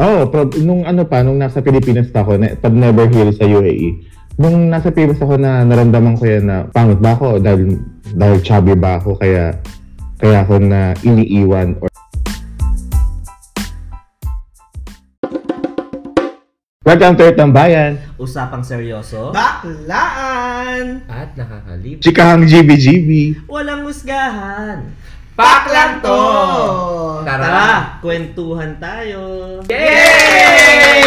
Oo, prob- nung ano pa, nung nasa Pilipinas pa ako, na, pag never heal sa UAE, nung nasa Pilipinas ako na naramdaman ko yan na pangit ba ako dahil, dahil chubby ba ako kaya kaya ako na iniiwan or Welcome to Earth ng Bayan, Usapang seryoso. Baklaan! At nakakalip. Chikahang GBGB. Walang husgahan. Paklan to! Tara, Tara. kwentuhan tayo. Yay!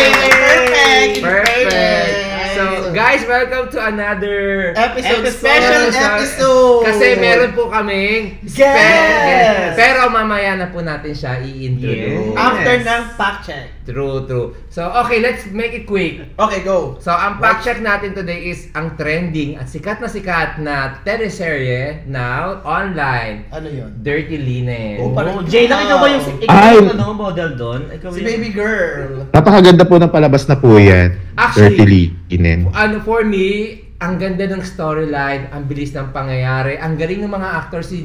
Perfect! Perfect! So, guys, welcome to another Episode, Episode. special episode! Kasi meron po kaming Yes! Pero mamaya na po natin siya i-introduce. Yes. After Yes. ng fact check. True, true. So, okay, let's make it quick. Okay, go! So, ang fact check natin today is ang trending at sikat na sikat na teleserye now online, Ano yun? Dirty Linen. Oh, Oh, parang- Jay, nakita ba yung ikaw Ay! yung ano, model doon? Ikaw Si yung- baby girl. Napakaganda po ng palabas na po yan. Dirty Actually- Linen. ano for me, ang ganda ng storyline, ang bilis ng pangyayari, ang galing ng mga actor si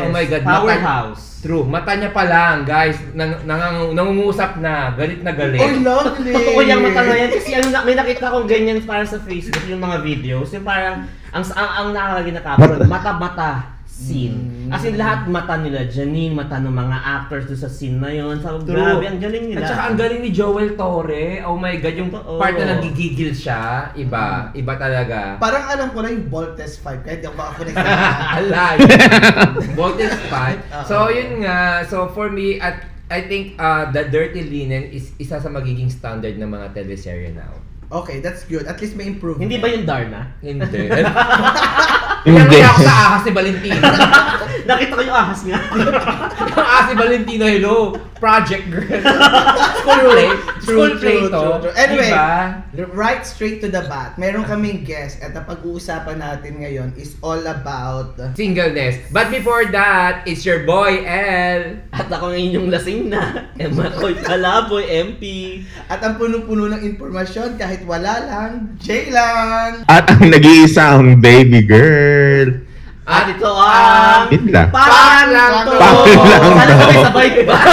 Yes. Oh my god, mata, Powerhouse. True, mata niya pa lang, guys, nang, nangang- nangungusap na, galit na galit. Oh, lovely! Totoo yung mata na yan. Kasi ano, na- may nakita akong ganyan parang sa Facebook yung mga videos. Yung parang, ang, ang, ang nakalagay na caption, mata-mata Mm. scene. As in, lahat mata nila. Janine, mata ng mga actors doon sa scene na yun. So, True. grabe, ang galing nila. At saka ang galing ni Joel Torre. Oh my god, yung Totoo. Mm-hmm. part na nagigigil siya, iba, iba talaga. Parang alam ko na yung ball test 5 kahit di ako makakonect sa Alay. Voltage 5. So, yun nga. So, for me, at I think uh, The Dirty Linen is isa sa magiging standard ng mga teleserye now. Okay, that's good. At least may improvement. Hindi ba yung Darna? Hindi. Hindi. Hindi. ako sa ahas ni Valentino. Nakita ko yung ahas nga. Ang ahas ni Valentino, hello. Project girl. School play. School play to. Anyway, Diba? right straight to the bat. Meron kaming guest at ang pag-uusapan natin ngayon is all about Singleness. But before that, it's your boy, El. At ako ang inyong lasing na. Emma Coy Calaboy, MP. at ang puno-puno ng impormasyon kahit wala lang, Jay lang! At ang nag-iisa ang baby girl. At ito ang... Yun lang. Paklang lang to! Paklang lang to. Alam ko may sabay ba?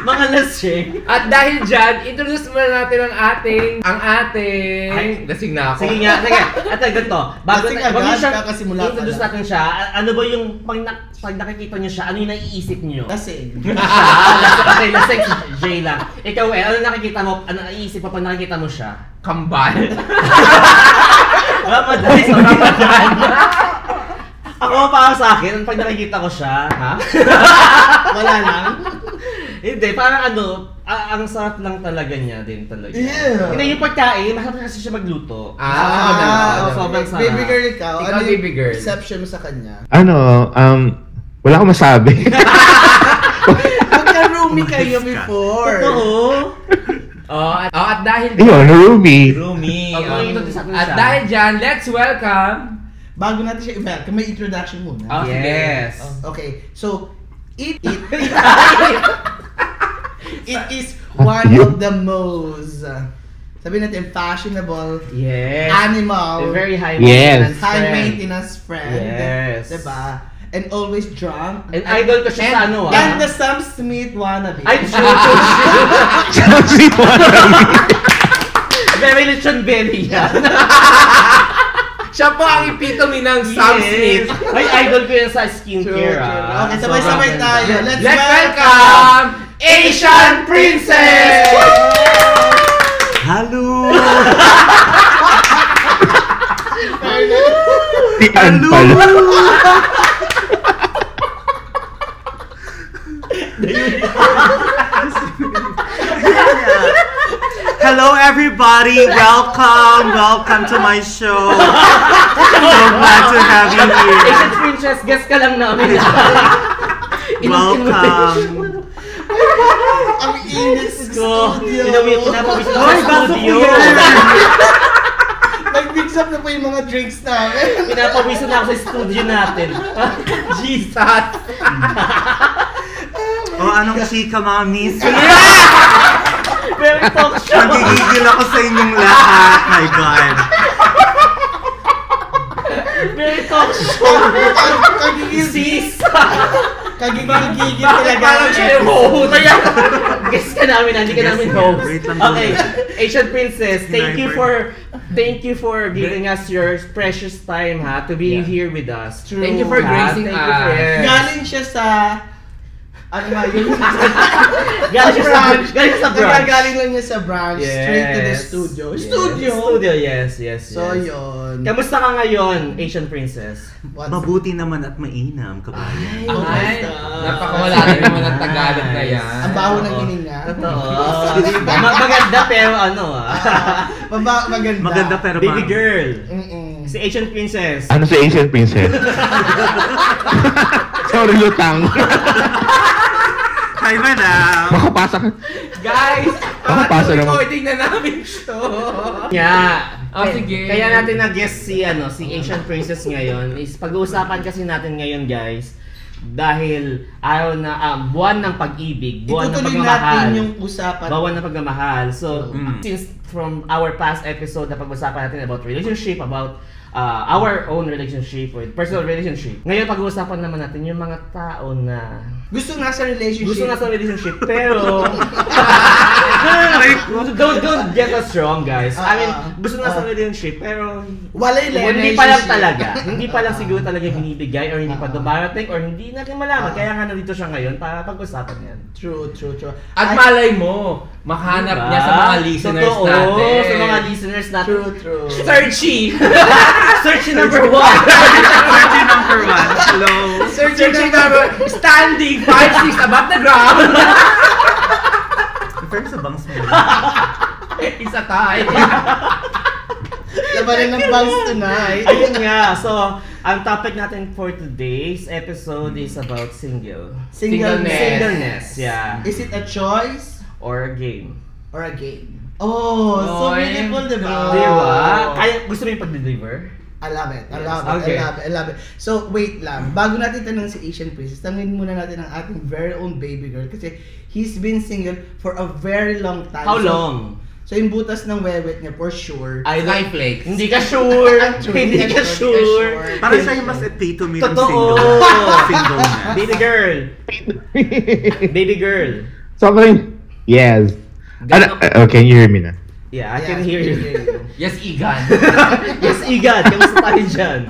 Mga lasing. At dahil dyan, introduce muna natin ang ating, ang ating, Ay. lasing na ako. Sige nga, sige. At agad to. Bago Lasing na, agad, bago niyo siya, kakasimula pa introduce lang. natin siya. a- Ano ba yung, pag, na- pag nakikita niyo siya, ano yung naiisip niyo? Kasi, Ah, lasing, okay, lasing, Jay lang. Ikaw eh, ano nakikita mo, ano naiisip mo pag nakikita mo siya? Kambal. Ramadan, so Ramadan. Ako para sa akin, pag nakikita ko siya, ha? wala lang. Hindi, parang ano, a- ang sarap lang talaga niya din talaga. Yeah. Hindi, yung pagkain, masarap kasi siya magluto. Ah, ako na, ako na. sobrang sarap. Baby girl ikaw, Ikaw, ano baby yung girl. perception mo sa kanya? Ano, um, wala akong masabi. Magka-roomie kayo before. Totoo. oh, at, oh, at dahil Ayun, Ruby. Rumi. Oh, Ang introduce natin at siya. dahil dyan, let's welcome. Bago natin siya i-welcome, may introduction Ah, muna. sige. Oh. yes. Okay, so, it, it, it is one of the most, uh, sabi natin, fashionable Yes. animal. A very high Yes. maintenance Oh. high friend. maintenance friend. Yes. Diba? And always drunk. And idol ko siya sa ano ah. And the Sam Smith wannabe. Ay, sure. Sabi mo, Very lechon belly yan. Siya po ang epitome ng Sam Smith. Ay, idol ko yan sa skincare ah. Okay, sabay-sabay Sobrang tayo. ganda. Let's, Let's welcome Asian Princess! Hello! si Ann pala. Hello, everybody. Welcome. Welcome to my show. So glad to have you here. Asian Princess, guest ka lang namin ah. Welcome. Ang inis Ko, ko. inamin ko na po sa Hoy, baso ko studio. yan. Nag-mix up na po yung mga drinks namin. Pinapawisan na ako sa studio natin. Jesus! Oh, anong chika, mami? Very talk show. Magigigil ako sa inyong lahat. My God. Very talk show. Kagigil, Sis! kagigil-gigil Parang talaga. siya yung huhutay ako. Guess ka namin, hindi ka Guess namin niya. host. Wait lang Okay, Asian Princess, thank you for Sniper. thank you for giving us your precious time ha to be Yeah. here with us. True. Thank you for Ha? gracing Thank you for- us. yes. Galing siya sa... Ano nga yun? Galing siya sa brunch. galing siya sa brunch. Nagagaling lang niya sa branch. Straight to the Yes. studio. Yes. Studio! Studio, yes, yes, yes. So, yun. Kamusta ka ngayon, Asian Princess? What's Mabuti naman at mainam, kabayan. Ay, Oh my Ay, God. napakawala rin naman ang Tagalog na yan. Ang baho ng Oo. hininga. Totoo. diba? Ma- maganda pero ano ah. Ah, maba- maganda. Maganda pero Baby ma- girl. Mm-mm. Si Asian Princess. Ano si Asian Princess? Sorry, lutang. Hi, madam. Makapasa ka. Guys, ah, Ako, pasa naman. recording na namin to. Oh, Oh, Yeah. Ah, Kaya- sige. Kaya natin na-guess si, ano, si Asian Princess ngayon is pag-uusapan kasi natin ngayon guys dahil araw na, ah, buwan ng pag-ibig, buwan ng Itutuloy pagmamahal. natin yung usapan. Bawan ng pagmamahal. So, Mm. since from our past episode na pag-usapan natin about relationship, about uh, our own relationship or personal relationship, ngayon pag-uusapan naman natin yung mga tao na Gusto nga sa relationship. gusto na sa relationship pero Like, don't don't get us wrong guys. I mean, gusto na sa Ah. relationship pero Walay hindi pa lang relationship. talaga. Hindi pa lang Ah. siguro talaga binibigay or hindi pa Ah. dumarating or hindi natin malaman. Ah. Kaya nga nandito siya ngayon para pag-usapan yan. True, true, true. Ay, At malay mo, mahanap Diba? niya sa mga listeners Totoo, natin. sa mga listeners natin. True, true. Searchy! Searchy number one! Question number one. Hello. Searchy number Standing! 5-6 above the ground! Pero sa bangs mo. Isa tayo. Labanan ng bangs tonight. Ayun nga, so, ang topic natin for today's episode is about single. Singleness. Singleness, yeah. Is it a choice Or a game. or a game? Oh, so Oy. meaningful, diba? di ba? Oh. Di ba? Diba? Kaya, gusto mo yung pag-deliver? I love it. Yes, I love okay. it. I love it. I love it. So, wait lang. Bago natin tanong si Asian Princess, tanongin muna natin ang ating very own baby girl kasi he's been single for a very long time. How So- long? So, yung butas ng wewet niya, for sure. I Sky don't... flakes. Hindi ka sure! Hindi ka sure! Para siya yung mas epitome ng Totoo. single. Single na. Baby girl! Baby girl! Sobrang, yes. Ano, uh, okay, you hear me na. Yeah, I can hear you. Yes, Igan. yes, Igan, kamusta tayo dyan?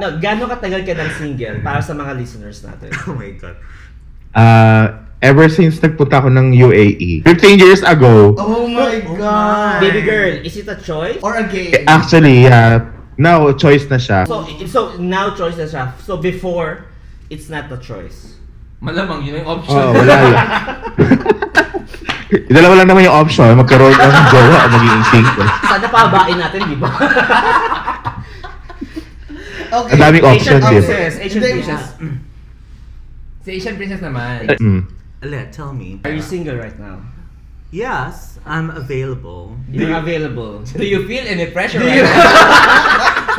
No, gano'ng katagal ka ng single para sa mga listeners natin? Oh my God. Uh, ever since nagpunta ako ng UAE, 15 years ago, Oh my Oh my. God! Baby girl, is it a choice? Or a game. eh, actually, uh, now choice na siya. So, so now choice na siya. So before, it's not a choice. Malamang yun ang option. Oo, Oh, wala yun. Dalawa lang naman yung option, magkaroon ng jowa o magiging single. Sana pabain natin, di ba? okay. Ang daming eh. option, di Asian ba? princess, Asian Hindi, princess. Si Asian Princess naman. Mm. Ale, tell me. Are you single right now? Yes, I'm available. You're available. Do you feel any Do pressure right you- now?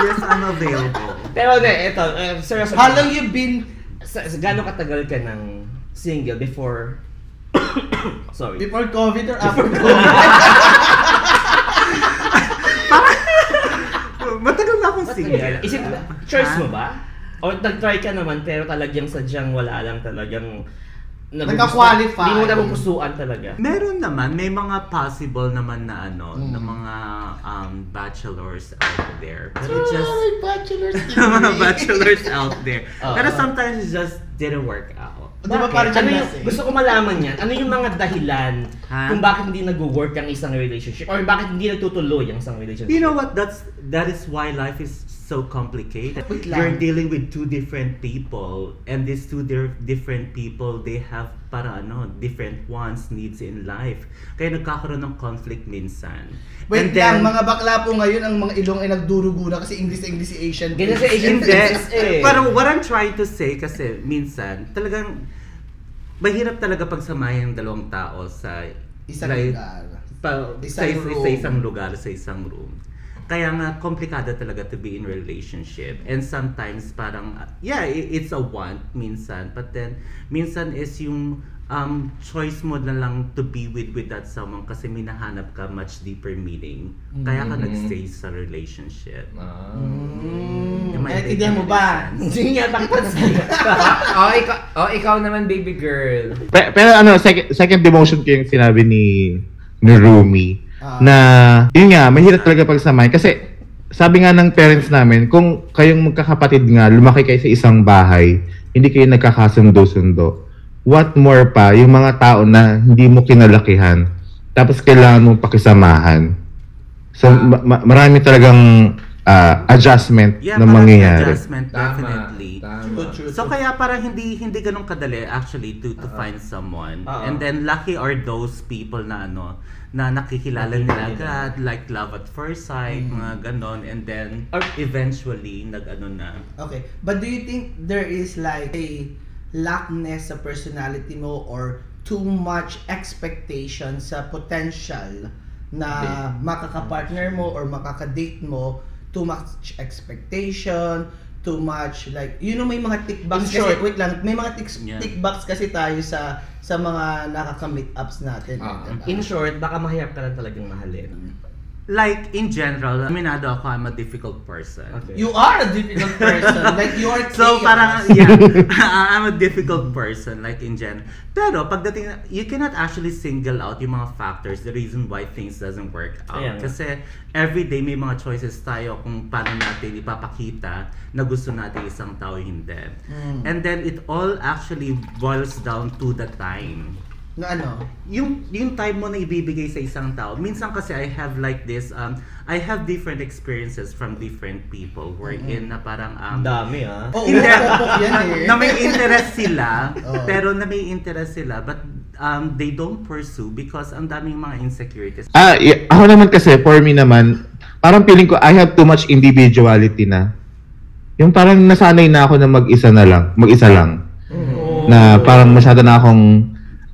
Yes, I'm available. Pero hindi, eto, uh, seryoso. How long you been Sa, sa, gano'ng katagal ka ng single before... Sorry. before COVID or after COVID? Matagal na akong single. Is it choice mo ba? O nag-try ka naman pero talagang sadyang wala lang talagang nagugustuhan- Nagka-qualify. Hindi mo nagugustuhan talaga. Meron naman, may mga possible naman na ano, na Hmm. mga um, bachelors out there. Pero Ah, just, Ay, bachelor's mga degree. bachelors out there. Oo. Pero sometimes it just didn't work out. Di ba Bakit? parang ano ano yung, gusto ko malaman yan. Ano yung mga dahilan Ha? kung bakit hindi nag-work ang isang relationship or bakit hindi nagtutuloy ang isang relationship? You know what? That's that is why life is so complicated. Wait lang. You're dealing with two different people, and these two di- different people, they have para ano different wants, needs in life. Kaya nagkakaroon ng conflict minsan. Wait and lang, then, mga bakla po ngayon, ang mga ilong ay nagdurugo na kasi English na English si Asian. Ganyan sa Asian Hindi. princess eh. Pero what I'm trying to say kasi minsan talagang mahirap talaga pagsamahin ang dalawang tao sa Isang like, lugar. pa, Isang sa, is- room. sa isang lugar, sa isang room. Kaya nga, komplikado talaga to be in relationship. And sometimes parang, uh, yeah, i- it's a want minsan. But then, minsan is yung um, choice mo na lang to be with with that someone kasi minahanap ka much deeper meaning. Kaya Mm-hmm. ka Mhm. nagstay sa relationship. Ah. Mm. Am I Naintindihan mo making ba? sense? Hmm. Hindi niya pagpansin. oh, ikaw, oh, ikaw naman, baby girl. Pe- pero ano, second, second demotion ko yung sinabi ni, ni Rumi. Ah. na, yun nga, mahirap talaga pagsamahin. Kasi, sabi nga ng parents namin, kung kayong magkakapatid nga, lumaki kayo sa isang bahay, hindi kayo nagkakasundo-sundo. What more pa, yung mga tao na hindi mo kinalakihan, tapos kailangan mong pakisamahan. So, ma- ma- marami talagang ah, adjustment Yeah, na parang mangyayari. adjustment, Tama. definitely. Tama. So kaya parang hindi hindi ganun kadali actually to to find someone. Oo. And then lucky are those people na ano na Nakita nakikilala nila nila. agad like love at first sight, mga ganon and then or eventually nag-ano na. Okay. But do you think there is like a lackness sa personality mo or too much expectation sa potential na makakapartner mo or makakadate mo? Too much expectation, too much like you know may mga tickbox In short. kasi wait lang may mga ticks, Yeah. tickbox kasi tayo sa sa mga nakaka-meet ups natin. Ah. Diba? In short, baka mahirap ka lang talagang mahalin. Like in general, aminado ako I'm a difficult person. Okay. you are a difficult person. like you are chaos. So parang yeah, I'm a difficult person like in gen. Pero pagdating na- you cannot actually single out yung mga factors, the reason why things doesn't work out. Ayan. Kasi every day may mga choices tayo kung paano natin ipapakita na gusto natin isang tao hindi. Hmm. And then it all actually boils down to the time na ano? yung yung time mo na ibibigay sa isang tao minsan kasi I have like this um I have different experiences from different people wherein na parang Ang um dami ah. Oo, Hindi. pupok yan eh. Oh. na may interest sila, Oo. pero na may interest sila, but um, they don't pursue because ang daming mga insecurities. Ah, y- ako naman kasi, for me naman, parang feeling ko I have too much individuality na. Yung parang nasanay na ako na mag-isa na lang, mag-isa lang. Oo. Na parang masyado na akong,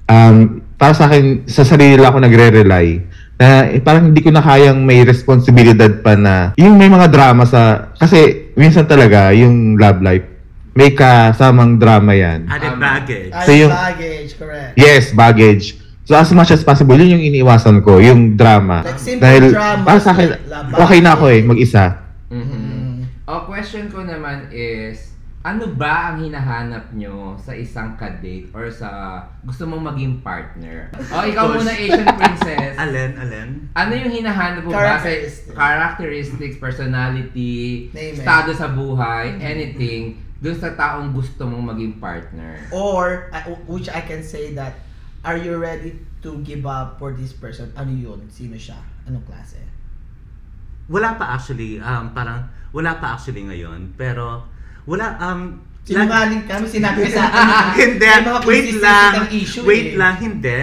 um, para sa akin, sa sarili lang ako nagre-rely. Na eh, parang hindi ko na kayang may responsibilidad pa na, yung may mga drama sa, kasi minsan talaga, yung love life, may kasamang drama yan. Added Tama. baggage. Ay, So yung- baggage, correct. Yes, baggage. So as much as possible, yun yung iniiwasan ko, yung drama. Like simple Dahil drama, para sa akin, laban. okay na ako eh, mag-isa. Mhm. Mm-hmm. O, question ko naman is, ano ba ang hinahanap nyo sa isang kadate or sa gusto mong maging partner? O, ikaw muna, Asian Princess. Alen, Alen. Ano yung hinahanap mo ba sa Characteristics. characteristics, personality, Name it. estado sa buhay, anything, dun sa taong gusto mong maging partner? Or, I- which I can say that, are you ready to give up for this person? Ano yun? Sino siya? Anong klase? Wala pa actually, um, parang, wala pa actually ngayon, pero, wala, um, lag- Sinungaling kami, sinabi ka sa akin. hindi, May mga wait consistency lang, kang issue wait eh. lang, hindi.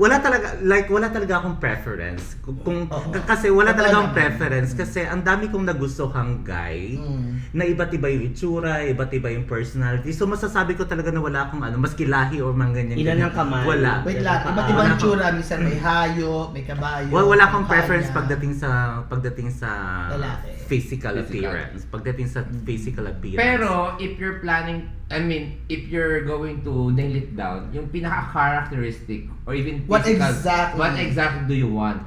Wala talaga, like, wala talaga akong preference. Kung, kung- Oo. kasi wala Totoo talaga akong naman. preference kasi ang dami kong nagustuhang guy. Mm. na iba't iba yung itsura, iba't iba yung personality. So masasabi ko talaga na wala akong ano, maski lahi or mga ganyan. Ilan ang kamay? Wala. Wait lang, iba't Wala ibang akong- tsura. Minsan may hayo, may kabayo. Wala, wala akong may preference kaya. pagdating sa pagdating sa Lalaki. physical Physical. appearance. Pagdating sa physical appearance. Pero, if you're planning, I mean, if you're going to nail it down, yung pinaka-characteristic or even What physical, exactly? what exactly do you want?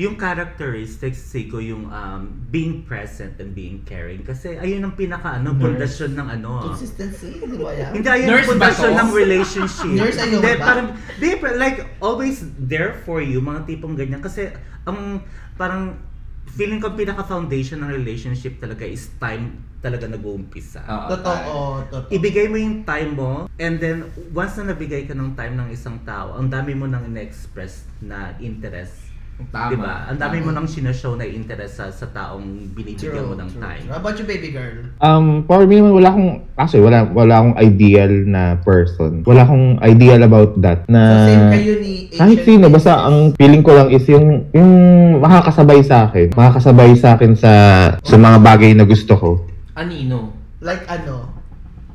yung characteristics siko yung um, being present and being caring kasi ayun ang pinaka ano pundasyon ng ano. Consistency, di ba yan? Hindi, ayun Nurse yung ba pundasyon to? ng relationship. Nurse ayun Hindi, ba? Parang, di, pero like, always there for you, mga tipong ganyan. Kasi, ang parang, feeling ko pinaka-foundation ng relationship talaga is time talaga nag-uumpisa. Oo, Totoo, totoo. Ibigay mo yung time mo, and then, once na nabigay ka ng time ng isang tao, ang dami mo nang in-express na interest. Tama. Diba? Ang dami Tama. mo nang sinashow na interest sa, sa taong binibigyan mo ng time. How about you, baby girl? Um, for me naman, wala akong, actually, wala, wala akong ideal na person. Wala akong ideal about that. Na, So, same kayo ni Ah, Asian. kahit sino, basta ang feeling ko lang is yung, yung makakasabay sa akin. Makakasabay sa akin sa, sa mga bagay na gusto ko. Anino? Like ano?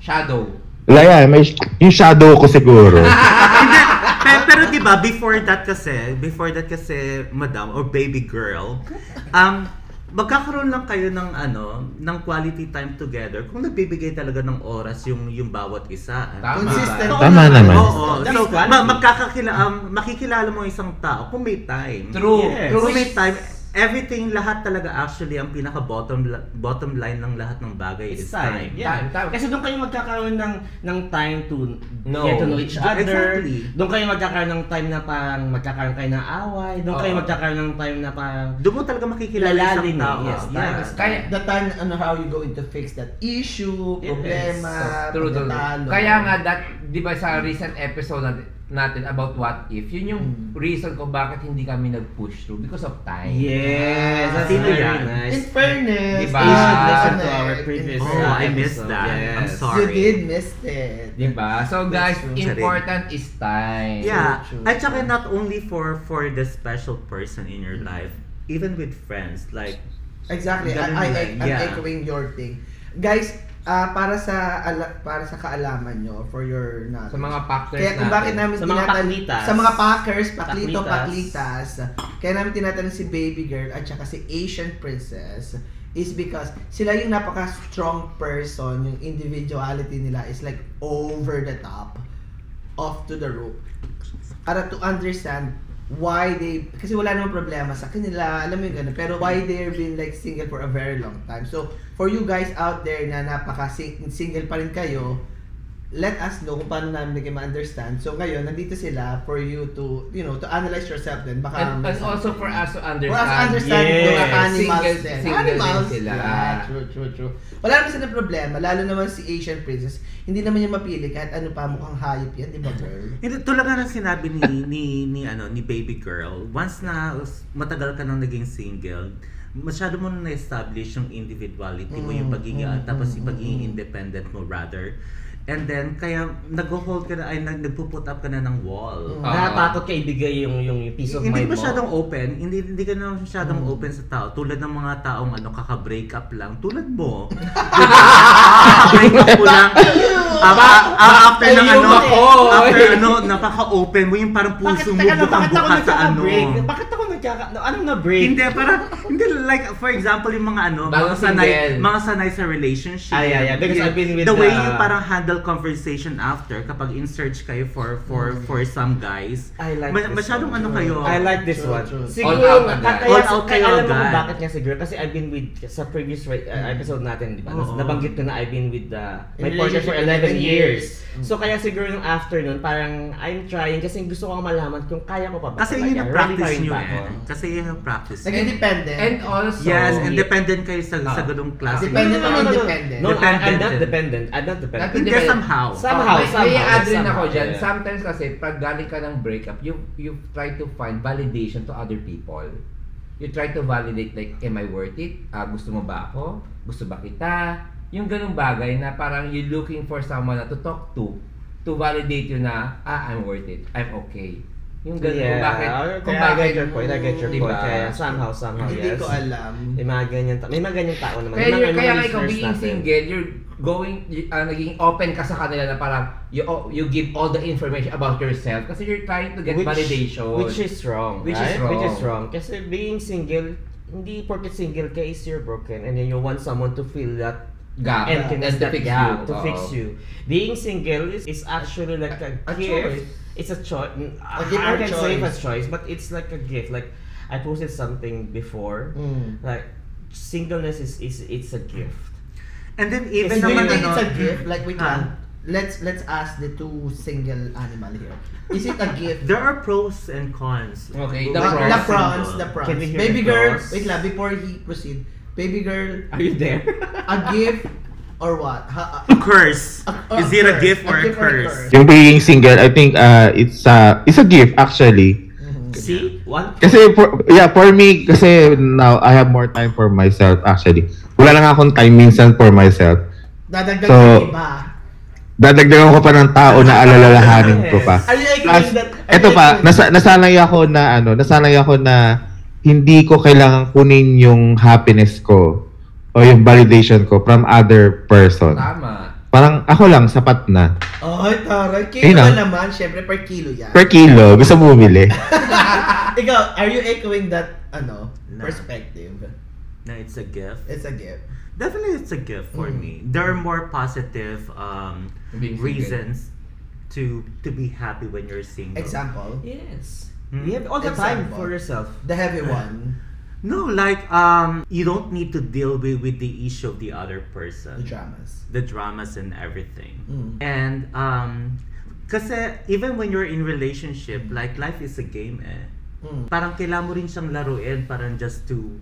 Shadow? Wala yan, may, yung shadow ko siguro. Hindi. Pero, pero 'di ba before that kasi, before that kasi, madam or baby girl, um magkakaroon lang kayo ng ano, ng quality time together kung nagbibigay talaga ng oras yung yung bawat isa. Tama. Consistent. Oo, Tama nga. naman. Oo, That's so, quality. ma- magkakakila, um, makikilala mo isang tao kung may time. True. Yes. True. Kung may time, everything, lahat talaga actually, ang pinaka bottom bottom line ng lahat ng bagay It's is time. time. Yeah. Time, time. Kasi doon kayo magkakaroon ng ng time to No. get to know each other. Exactly. Doon kayo magkakaroon ng time na parang magkakaroon kayo ng away. Doon kayo Oo. magkakaroon ng time na parang Doon mo talaga makikilala isang Lalali na, tao. yes, Tama. yes. Kaya, the time and how you going to fix that issue, Yes. problema, True, true. pagtatalo. Kaya nga, that, di ba sa recent episode natin, natin about what if, yun yung Mm. reason ko bakit hindi kami nag-push through because of time. Yes, that's Sino very yan? nice. In fairness, Diba? you You should should Ah, listen to connect. our previous Oh, uh, I missed episode. that. Yes. I'm sorry. You did miss it. Di ba? So guys, That's true. important is time. Yeah. True, true, At saka true. Mm-hmm. not only for for the special person in your life, even with friends, like Exactly. I, I, Ganun lang, I, I'm yeah. echoing your thing. Guys, ah, para sa ala, para sa kaalaman nyo, for your knowledge. Sa mga factors Kaya kung bakit namin Sa mga tinatanong- paklitas. Sa mga packers, paklito, Paklitas. paklitas. Kaya namin tinatanong si Baby Girl at saka si Asian Princess is because sila yung napaka-strong person, yung individuality nila is like over the top, off to the roof. Para to understand why they, kasi wala namang problema sa kanila, alam mo yung ganun, pero why they've been like single for a very long time. So, for you guys out there na napaka-single pa rin kayo, let us know kung paano namin kayo ma-understand. So ngayon, nandito sila for you to, you know, to analyze yourself din. Baka And, may and also for us to Um, understand. For us to understand Yes. yung mga animals Single- din. single din animals. sila. Yeah, true, true, true. Wala naman sila problema, lalo naman si Asian Princess. Hindi naman niya mapili kahit ano pa mukhang hayop yan, di ba girl? Hindi, tulad nga ng sinabi ni, ni, ni, ano, ni baby girl, once na matagal ka nang naging single, masyado mo na na-establish yung individuality mo, yung pagiging, Mm, mm, tapos yung mm, pagiging mm. independent mo rather. And then, kaya nag-hold ka na, ay nag- nagpo-put up ka na Mm, ng wall. Ah. Natatakot ka ibigay yung yung peace of hindi mind mo. Hmm. masyadong open, hindi hindi ka na masyadong open sa tao. Tulad ng mga taong ano kaka-break up lang, tulad mo. break up ko lang. Aba, ah, after ng Ayun ano, ako. after ano, napaka-open mo yung parang puso mo teka lang, butang-bukas sa ano. nagkaka-break? Bakit ako nagkaka... no, Anong na-break? Hindi, parang, hindi, like, for example, yung mga ano, Bagong mga sanay, single. mga sanay sa relationship. Ay, ay, ay, because I've been with the way the- you parang handle conversation after kapag in-search kayo for for for some guys. Hmm. I like ma- this masyadong one. ano kayo. I like this True, one. true. All out Siguro, agad. ka- kaya, All sa- out kaya kayo alam mo kung agad. bakit nga siguro. Kasi I've been with, sa previous re- uh, Mm. episode natin, di ba? Nas- Oo. Nabanggit ko na I've been with the, my In partner for relationship 11 11 years. Mm. So kaya siguro nung after nun, parang I'm trying kasi gusto kong malaman kung kaya ko pa ba. Kasi talaga. yun yung practice Ready pa rin nyo ba ako? eh. Kasi yun yung practice nyo. Naging dependent. And also, Yes, and dependent kayo sa, sa Ah. ganung klase. No, no, Dependent no, no, on no, no. independent. No, I- I'm not Dependent. dependent. I'm not dependent. Dependent. Hindi somehow. Somehow, may, may somehow, add rin ako somehow, dyan. yeah. Sometimes kasi, pag galing ka ng breakup, you, you try to find validation to other people. You try to validate like, am I worth it? Ah, gusto mo ba ako? Gusto ba kita? Yung ganung bagay na parang you're looking for someone na to talk to to validate you na, ah, I'm worth it. I'm okay. Yung ganun, Yeah. Oh, kung bakit, kung Kaya I bakit, get your point, I get your Diba? point. Kaya somehow, somehow, Hindi Oh, yes. ko alam. May mga ganyan, ta- may mga ganyan tao naman. Kaya, Yung mga you're, kaya ganyan nga ikaw listeners being natin. single, you're going, you- ah, naging open ka sa kanila na parang you, oh, you give all the information about yourself kasi you're trying to get validation. Which is wrong, Which right? is wrong. Which is wrong. Kasi being single, hindi porket single ka is you're broken and then you want someone to fill that gap, emptiness Ah, and to that fix gap you. Oh. to Oo. fix you. Being single is, is actually like a, A gift. choice. It's a choice. I different can say choice. it's a choice, but it's like a gift. Like I posted something before, Mm. like singleness is is it's a gift. And then And even do you naman think ano, it's a gift? Like, wait Ha? lang. Let's let's ask the two single animal here. Is it a gift? there are pros and cons. Okay, With the the, the pros. being single. prawns, the prawns. Can we hear Baby the girl, prawns? wait lang, before he proceed. Baby girl, Are you there? a gift or what? Ha, ah, A curse. or Is it a curse. gift or a gift or a curse? Yung being single, I think uh, it's uh, it's a gift actually. See one. Kasi for, yeah, for me kasi now I have more time for myself actually. Wala lang akong time minsan for myself. Dadagdag So, ng iba. Dadagdagan ko pa ng tao na alalahanin ko pa. Are you agree Plus, that? are eto you pa, agree? nasa, nasanay ako na ano, nasanay ako na hindi ko kailangan kunin yung happiness ko o yung validation ko from other person. Tama. Parang ako lang, sapat na. Ay, Oh, taray. Kilo Ayun ba lang. naman? Siyempre, per kilo yan. Ah, Per kilo, gusto mo bumili. Ikaw, are you echoing that, ano, No. perspective? na it's a gift. It's a gift. Definitely it's a gift for me. There are more positive um To being single. reasons to to be happy when you're single. Example, Yes. Hmm? You have all the time Example. for yourself. the heavy one, No, like um you don't need to deal with, with the issue of the other person. the dramas. the dramas and everything. Mm. And um kasi even when you're in relationship, like life is a game eh. Mm. Parang kailangan mo rin siyang laruin parang just to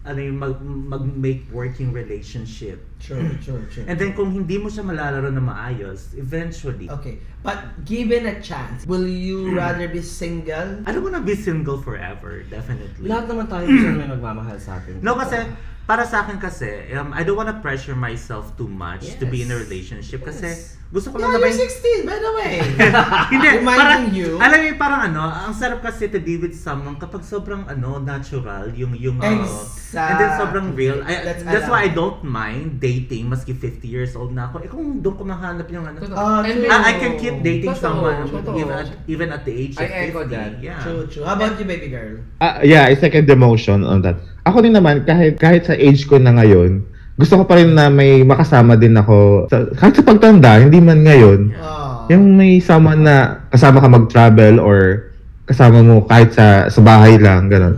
ano yung mag, mag-make working relationship. True, true, true. And then kung hindi mo siya malalaro na maayos, eventually, Okay, but given a chance, will you Hmm. rather be single? I don't wanna be single forever, definitely. Lahat naman tayo gusto may magmamahal sa atin. No, kasi para sa akin kasi, um, I don't wanna pressure myself too much to be in a Yes. relationship kasi Yes. gusto ko lang Yeah, naman you're 16, by the way. Hindi, Reminding parang, you. alam mo yung parang ano, ang sarap kasi to be with someone kapag sobrang ano, natural, yung, yung, ano, Exactly. and then sobrang real. I, That's- that's alam. why I don't mind dating, maski 50 years old na ako. Eh kung doon ko mahanap yung ano, Totoo. Ah, And true. may- I, I can keep dating Totoo, someone totoo. even at, even at the age of I echo 50. that. Yeah. True, true. How about you, baby girl? Ah, yeah, I second the motion on that. Ako din naman, kahit, kahit sa age ko na ngayon, gusto ko pa rin na may makasama din ako. Sa, kahit sa pagtanda, hindi man ngayon. Oh. Yung may someone na kasama ka mag-travel or kasama mo kahit sa, sa bahay lang, ganun.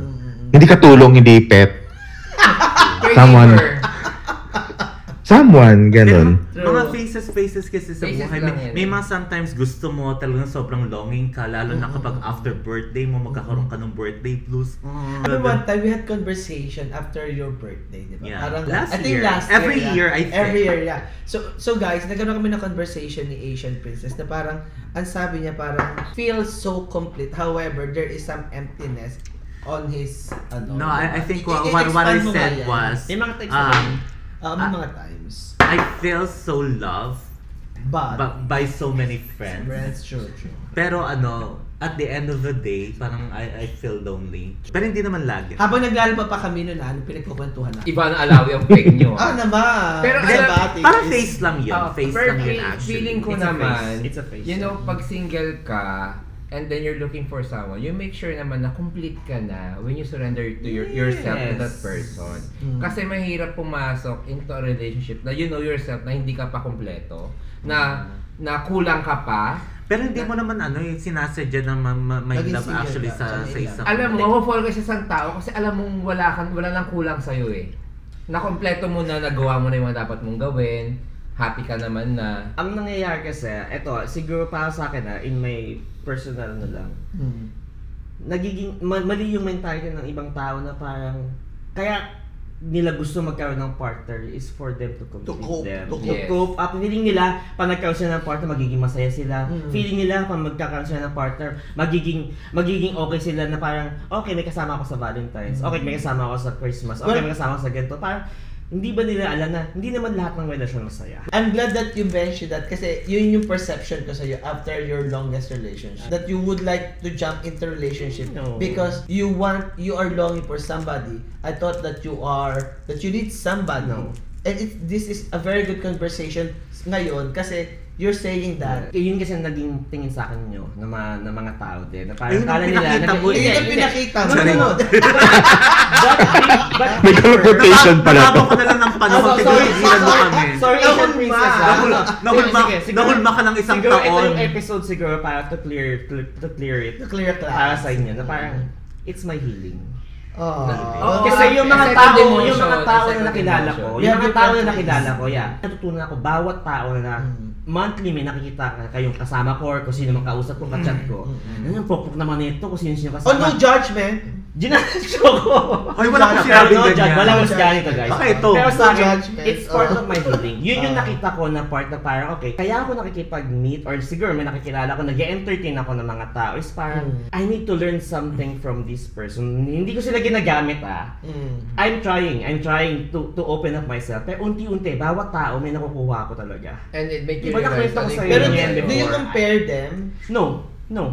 Hindi katulong, hindi pet. Caregiver. Someone. Someone, ganun. Pero Mga faces faces kasi sa Faces buhay. lang May, yan. may mga sometimes gusto mo talagang sobrang longing ka lalo na kapag after birthday mo magkakaroon ka ng birthday blues. Ano one time we had conversation after your birthday, di ba? Yeah. Parang I Last think year. last Every year, yeah. I think. Every year, yeah. So, so guys, nagkaroon kami ng conversation ni Asian Princess na parang, ang sabi niya parang, feels so complete. However, there is some emptiness on his, ano. No, I, I think what, I- what, what I expand mo nga said yan. was, May mga types na um, Ah, may mga times. I feel so loved But, by, by so many friends. friends, true, true. Pero ano, at the end of the day, parang I, I feel lonely. Pero hindi naman lagi. Habang naglalaba pa kami noon, ano, pinagkukuntuhan na. Iba na alawi ang peg nyo. Ah, naman. Pero Kasi alam- bati Parang is- face lang yun. Ah, face pero lang yun fe- actually. Feeling ko It's a naman, face. It's a face. you know, pag single ka, and then you're looking for someone, you make sure naman na complete ka na when you surrender to your, yourself to that Yes. person. Mm. Kasi mahirap pumasok into a relationship na you know yourself na hindi ka pa kompleto, Mm. na na kulang ka pa. Pero hindi mo naman ano yung sinasadya na ma- ma- may Naging love single actually ka, sa, sa sabihin isang... Alam mo, ma-fall ka sa isang tao kasi alam mong wala, kang, wala lang kulang sa'yo eh. Nakompleto mo na, nagawa mo na yung mga dapat mong gawin, happy ka naman na, Ang nangyayari kasi, eto, siguro para sa akin ah, in my personal na lang, Hmm. nagiging, ma- mali yung mentality ng ibang tao na parang, kaya nila gusto magkaroon ng partner is for them to complete To cope, them. to cope. cope up. Feeling nila, pag nagkaroon sila ng partner, magiging masaya sila. Mm. Feeling nila, pag magkakaroon sila ng partner, magiging, magiging okay sila na parang, okay, may kasama ako sa Valentine's. Okay, may kasama ako sa Christmas. Okay, Mm. Well- may kasama ako sa ganito. Parang, hindi ba nila alam na, hindi naman lahat ng relasyon masaya. I'm glad that you mentioned that kasi yun yung perception ko sa'yo after your longest relationship. That you would like to jump into relationship No. because you want, you are longing for somebody. I thought that you are, that you need somebody. No. And it, this is a very good conversation ngayon kasi you're saying that. Eh, yun kasi ang naging tingin sa akin nyo ng mga, ng mga tao din. Na Ayun parang ang kala nila... pinakita mo eh. Hindi, Yun ang hindi. pinakita mo. Ano? No, no, no. But, but, May teleportation pala Nababa to. ko na lang ng panahon. Oh, Siguro sorry, isilan mo sorry, kami. Sorry, Asian Nahulma. princess. ah. Nahul- nahulma- Sige, sige, siguro- nahulma ka ng isang siguro Ito taon. yung episode siguro para to clear, to, to clear it. To clear class. Para sa inyo. Na parang, it's my healing. Oh. Oo, kasi yung mga second tao, emotion, yung mga tao na second nakilala ko, yung emotion. Yeah, mga different tao na things. nakilala ko, yeah. Natutunan ako bawat tao na Mm. monthly may nakikita ka kayong kasama ko or kung sino mang kausap ko, kachat ko. Ano yung pokpok naman nito kung sino-sino Oh, no kasama. judgment. Ginasyo ko! Hoy, wala akong Pero sinabing no, ganyan. judge, wala akong ganito guys. Okay, ito. Pero sa No akin, judgment. it's part Oh. of my healing. Yun yung Ah. nakita ko na part na parang, okay, kaya ako nakikipag-meet or siguro may nakikilala ko, nag entertain ako ng mga tao is parang, I need to learn something from this person. Hindi ko sila ginagamit ah. Mm. I'm trying, I'm trying to to open up myself. Pero unti-unti, bawat tao may nakukuha ko talaga. and it make Iba you na realize kwento ko ano yung sa'yo Pero kulang yan, do, sa'yo. do you before. compare them? No, no.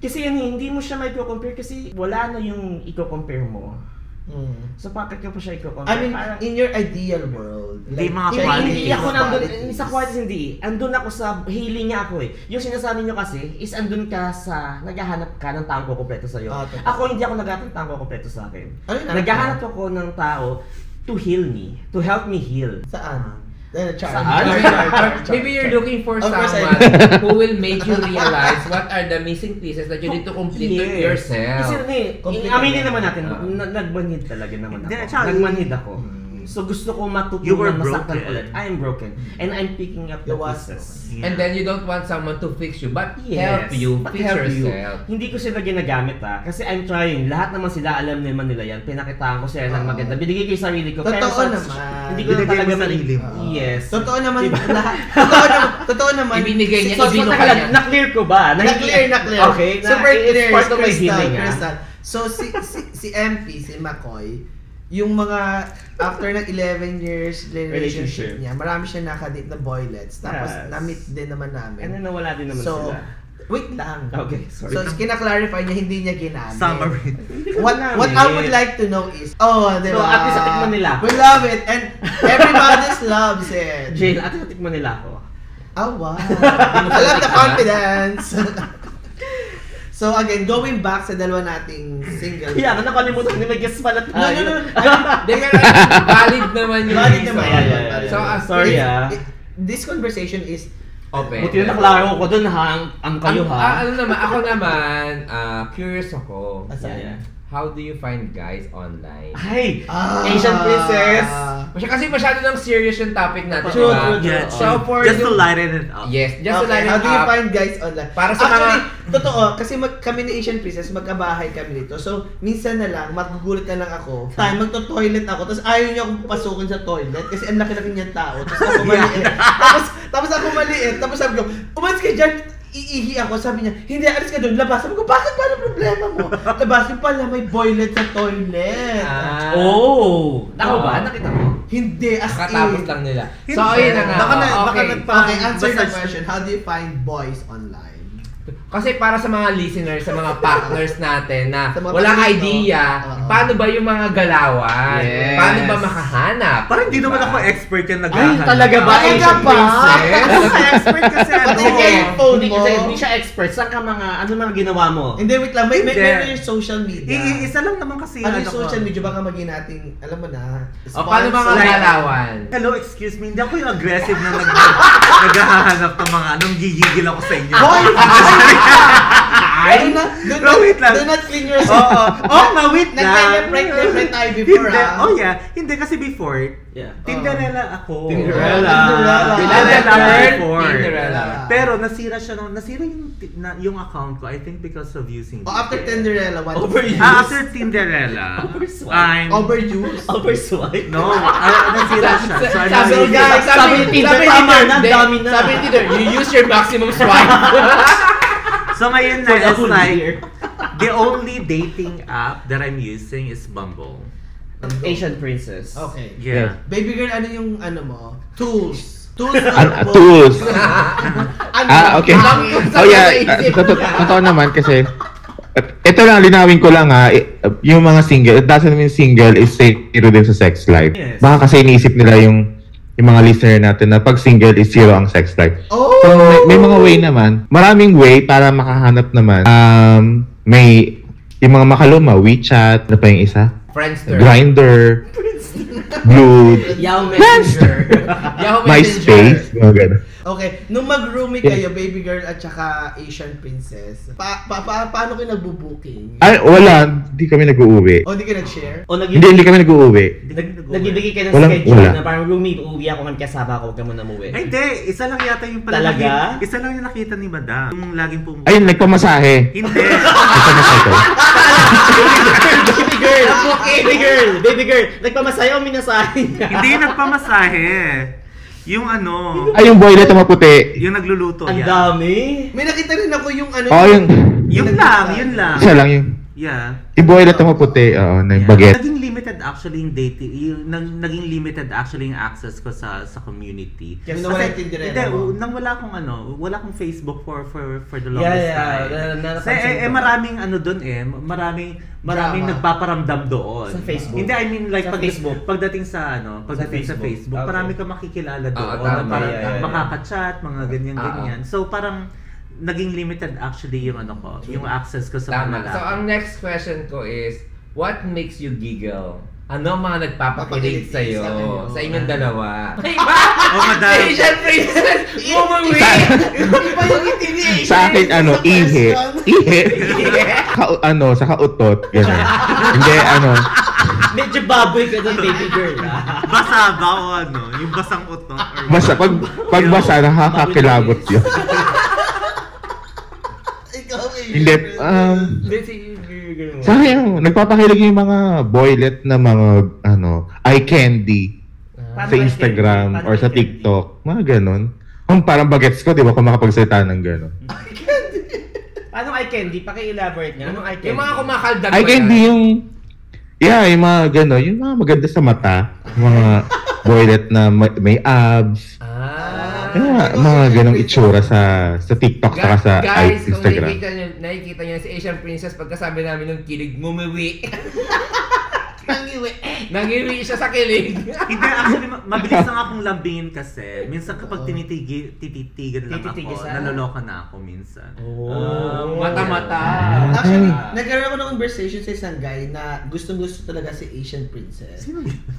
Kasi yan, hindi mo siya may compare kasi wala na yung i-compare mo. Mm. So, bakit ko pa siya i-compare? I mean, Parang- in your ideal world. Hindi, mga Hindi, qualities. hindi ako nandun, Qualities. sa qualities hindi. Andun ako sa, hiling niya ako eh. Yung sinasabi niyo kasi, is andun ka sa, naghahanap ka ng taong kukumpleto sa'yo. Ah, totoo. ako hindi ako naghahanap ng taong kukumpleto sa akin. Ano yung Naghahanap ako ng tao to heal me, to help me heal. Saan? Eh, char. Saan? Char, char, char, char, Maybe you're char. looking for Of course, someone who will make you realize what are the missing pieces that you need to complete to Yes. Kasi yourself. ano eh, Complete aminin ka. naman natin, Ah. na- nagmanhid talaga naman Hindi, ako. tsaka- Nagmanhid ako. Mm. So gusto ko You were matutunan masaktan broken. ulit. I am broken. And I'm picking up the You was pieces. Yeah. And then you don't want someone to fix you, but Yes. help you But fix help you. yourself. Hindi ko sila ginagamit ah. Kasi I'm trying. Lahat naman sila alam naman nila yan. Pinakitaan ko sila ng Oo. maganda. Binigay ko yung sarili ko. Totoo sa- naman. Hindi ko na Binigay mo talaga sarili mo. Oo. Yes. Diba? Totoo naman lahat. Totoo naman. Totoo naman. Ibinigay niya, So, so, So, Sino ka teka lang, yan? na-clear ko ba? Na-clear, na-clear. Okay. na- Super it's clear. part of my crystal, healing, ah. crystal. So, si, si, si MP, si McCoy, yung mga, after ng 11 years relationship, Relationship. niya, marami siya nakadate na boylets. Tapos, Yes. na-meet din naman namin. And then nawala din naman so, sila. wait lang. Okay, sorry. So, kina-clarify niya, hindi niya ginamit. Summary. What, what eh. I would like to know is, oh, di So, ba? at least natikman nila. We love it. And everybody loves it. Jail, ate natikman nila ako. Oh, wow. I love the confidence. so, again, going back sa dalawa nating single. Ah, Kaya nga nakalimutan ko na may guest pala No, no, tayo. no. Then you're- valid naman yun. Valid naman. Yeah, yeah, yeah, yeah. So, as Sorry, It's- ah. it- This conversation is, open. Buti na naklaro ko dun ha, ang, ang kayo Ang- ah, ha. ano naman, ako naman, ah, curious ako. Asal? Yeah, yeah. How do you find guys online? Ay! ah, Asian princess. Masya, kasi masyado nang serious yung topic natin. Ah. True, diba? true, true. Yeah, So, for just you- to lighten it up. Yes, just to okay, lighten how do you up. find guys online? Para sa Actually, mga- totoo, kasi mag, kami ni Asian Princess, magkabahay kami dito. So, minsan na lang, magugulat na lang Hmm. ako. Time, magto-toilet ako. Tapos ayaw niya akong pasukin sa toilet kasi ang laki-laki niyang tao. Tapos ako maliit. tapos, tapos ako maliit. Tapos sabi ko, umalis ka dyan. Iihi ako. Sabi niya, hindi, alis ka doon. Labas. Sabi ko, bakit? Paano problema mo? Labas yung pala, may boylet sa toilet. Ah, Oh! Ako ba? Ah. Nakita mo? Hindi, as in. Katapos lang nila. Eh. So, ayun na nga. Baka na- oh, baka okay. nagpa- Okay, answer the Basta- question. How do you find boys online? Kasi para sa mga listeners, sa mga partners natin na Sa mga walang partners, idea, oo. paano ba yung mga galawan? Yes. Paano ba makahanap? Parang hindi naman Diba? ako expert yung Ay, naghahanap. talaga ba? Ay, Asian ka ba? princess? expert kasi ano. Pati kayo. phone hindi, mo. Kasi hindi siya expert. Saan ka mga, ano mga ginawa mo? Hindi, wait lang. May, may, Hindi. meron yung social media. I- isa lang naman kasi ano ano yung ko. social media? Baka maging nating, alam mo na, O, paano ba mga Like- galawan? Hello, excuse me. Hindi ako yung aggressive na nag naghahanap ng mga anong gigigil ako sa inyo. Boy! Do Ay! not, do No, not, wait lang. do not clean yourself. Oo. Oh, nga, wait lang. Nag-teleprank-teleprank tayo before, Hindi. ah. Oh, yeah. Hindi kasi before, Yeah. Tinderella ako. Oh. Tinderella. Tinderella. Tinderella Tinderella. before. Tinderella. Pero nasira siya nung, nasira yung, ti- na, yung account ko, I think because of using O, Oh, after VPN. Tinderella, what? Overuse. Ah, after Tinderella, Overswipe. I'm, Overuse? Overswipe? no, ah, nasira siya. So, I'm Sabi using- ni guys, sabi ni sabi Tinder, ni tama Tinder, na, ang Then, dami na. Sabi ni Tinder, you use your maximum swipe. So ngayon na, For the it's whole like, year. the only dating app that I'm using is Bumble. Asian princess. Okay. Yes. Yeah. Baby girl, ano yung, ano mo? Tools. Tools. Ano, not tools. books. Ano? Ah, okay. Ang kusang Oh yeah, Ah, nakaisip totoo, niya. totoo naman kasi ito lang, linawin ko lang ha, i- yung mga single, it doesn't mean single is zero din sa sex life. Yes. Baka kasi iniisip nila yung yung mga listener natin na pag single is zero ang sex life. Oh! So, may, may mga way naman. Maraming way para makahanap naman. Um, may yung mga makaluma, WeChat, ano pa yung isa? Friendster. Grinder, Blue, Yao Messenger. Yahoo Messenger. MySpace, mga ganun. Okay, nung mag-roomie kayo, baby girl at saka Asian princess, pa, pa, pa paano kayo nagbo-booking? Ay, wala, hindi kami nag-uuwi. O, hindi ka nag-share? o Hindi, nag- hindi kami nag-uuwi. Hindi ko nag-go. nagbibigay kayo ng Walang- schedule wala. na parang roomie, uuwi ako ng kasama ko, huwag ka muna umuwi. eh. Ay, hindi. Isa lang yata yung pala. Talaga? Isa lang yung nakita ni Madam. Yung laging pum... Ayun, nagpamasahe. Hindi. Nagpamasahe ko. baby girl! Baby girl! Baby girl! Nagpamasahe o minasahe niya? Hindi yung nagpamasahe. Yung ano, Ay, yung boylet na maputi. yung nagluluto. Ang yan. dami! May nakita rin ako yung ano. Oo, Oh, yung... Yun lang, yun lang. Isa lang yung... Yeah. Si Boy na puti, oo, na yung Yeah. baguette. Naging limited actually yung dating, yung, nag- naging limited actually yung access ko sa sa community. Kasi nawala yung Tinder, Hindi, ano? u- nang wala akong ano, wala akong Facebook for for for the Yeah, longest yeah. Na- time. na- Kasi napansin eh, ko. eh, maraming ano doon eh, maraming maraming Drama. nagpaparamdam doon. Sa Facebook. Hindi, I mean like Sa pag, Facebook. pagdating sa ano, pagdating sa Facebook. Facebook, Okay. marami kang makikilala doon. Ah, tama. parang Yeah, yeah, yeah. makaka-chat, mga ganyan Ah, ah. ganyan. So parang naging limited actually yung ano ko, yung access ko sa Tama. kanila. So, ang next question ko is, what makes you giggle? Ano ang mga Papakilig nagpapakilig sa'yo? sa kanyo. Sa inyong dalawa? oh, madami. Asian princess! Bumawin! Iba yung ngiti ni Asian Sa akin, sa ano, ihe. person. Ihe. Ka- ano, sa kautot. Ganun. Hindi, ano. Medyo baboy ka doon, baby girl. ah. Basa ba o ano? Yung basang utot? or- Basta, pag, pag basa, nakakakilabot yun. Ikaw, Asian Hindi, person. um, Hindi, si baby girl mo. sa akin, yung nagpapakilig yung mga boylet na mga, ano, eye candy Paano sa ba- Instagram paano or sa ba- TikTok. Mga ganun. Kung parang bagets ko, di ba, kung makapagsalita ng ganun. Paano eye candy? Paki-elaborate nga. Anong eye candy? Yung mga kumakaldag Eye ba candy yan? yung, yeah, yung mga ganun, yung mga maganda sa mata, mga boylet na may, may abs, Ah. Yeah, mga ganong itsura sa sa TikTok saka sa guys, i- kung Instagram. nakikita nyo, nakikita nyo na si Asian Princess pagkasabi namin ng kilig, mumiwi. Nangiwi. Nangiwi siya sa kilig. Hindi, actually, ma- mabilis lang akong lambingin kasi. Minsan kapag tinitigi, tititigan lang ako, Tititigisan? naloloka na ako minsan. Oh, Ah, Mata-mata. Actually, Ah. nagkaroon ako ng conversation sa isang guy na gustong-gusto talaga si Asian princess.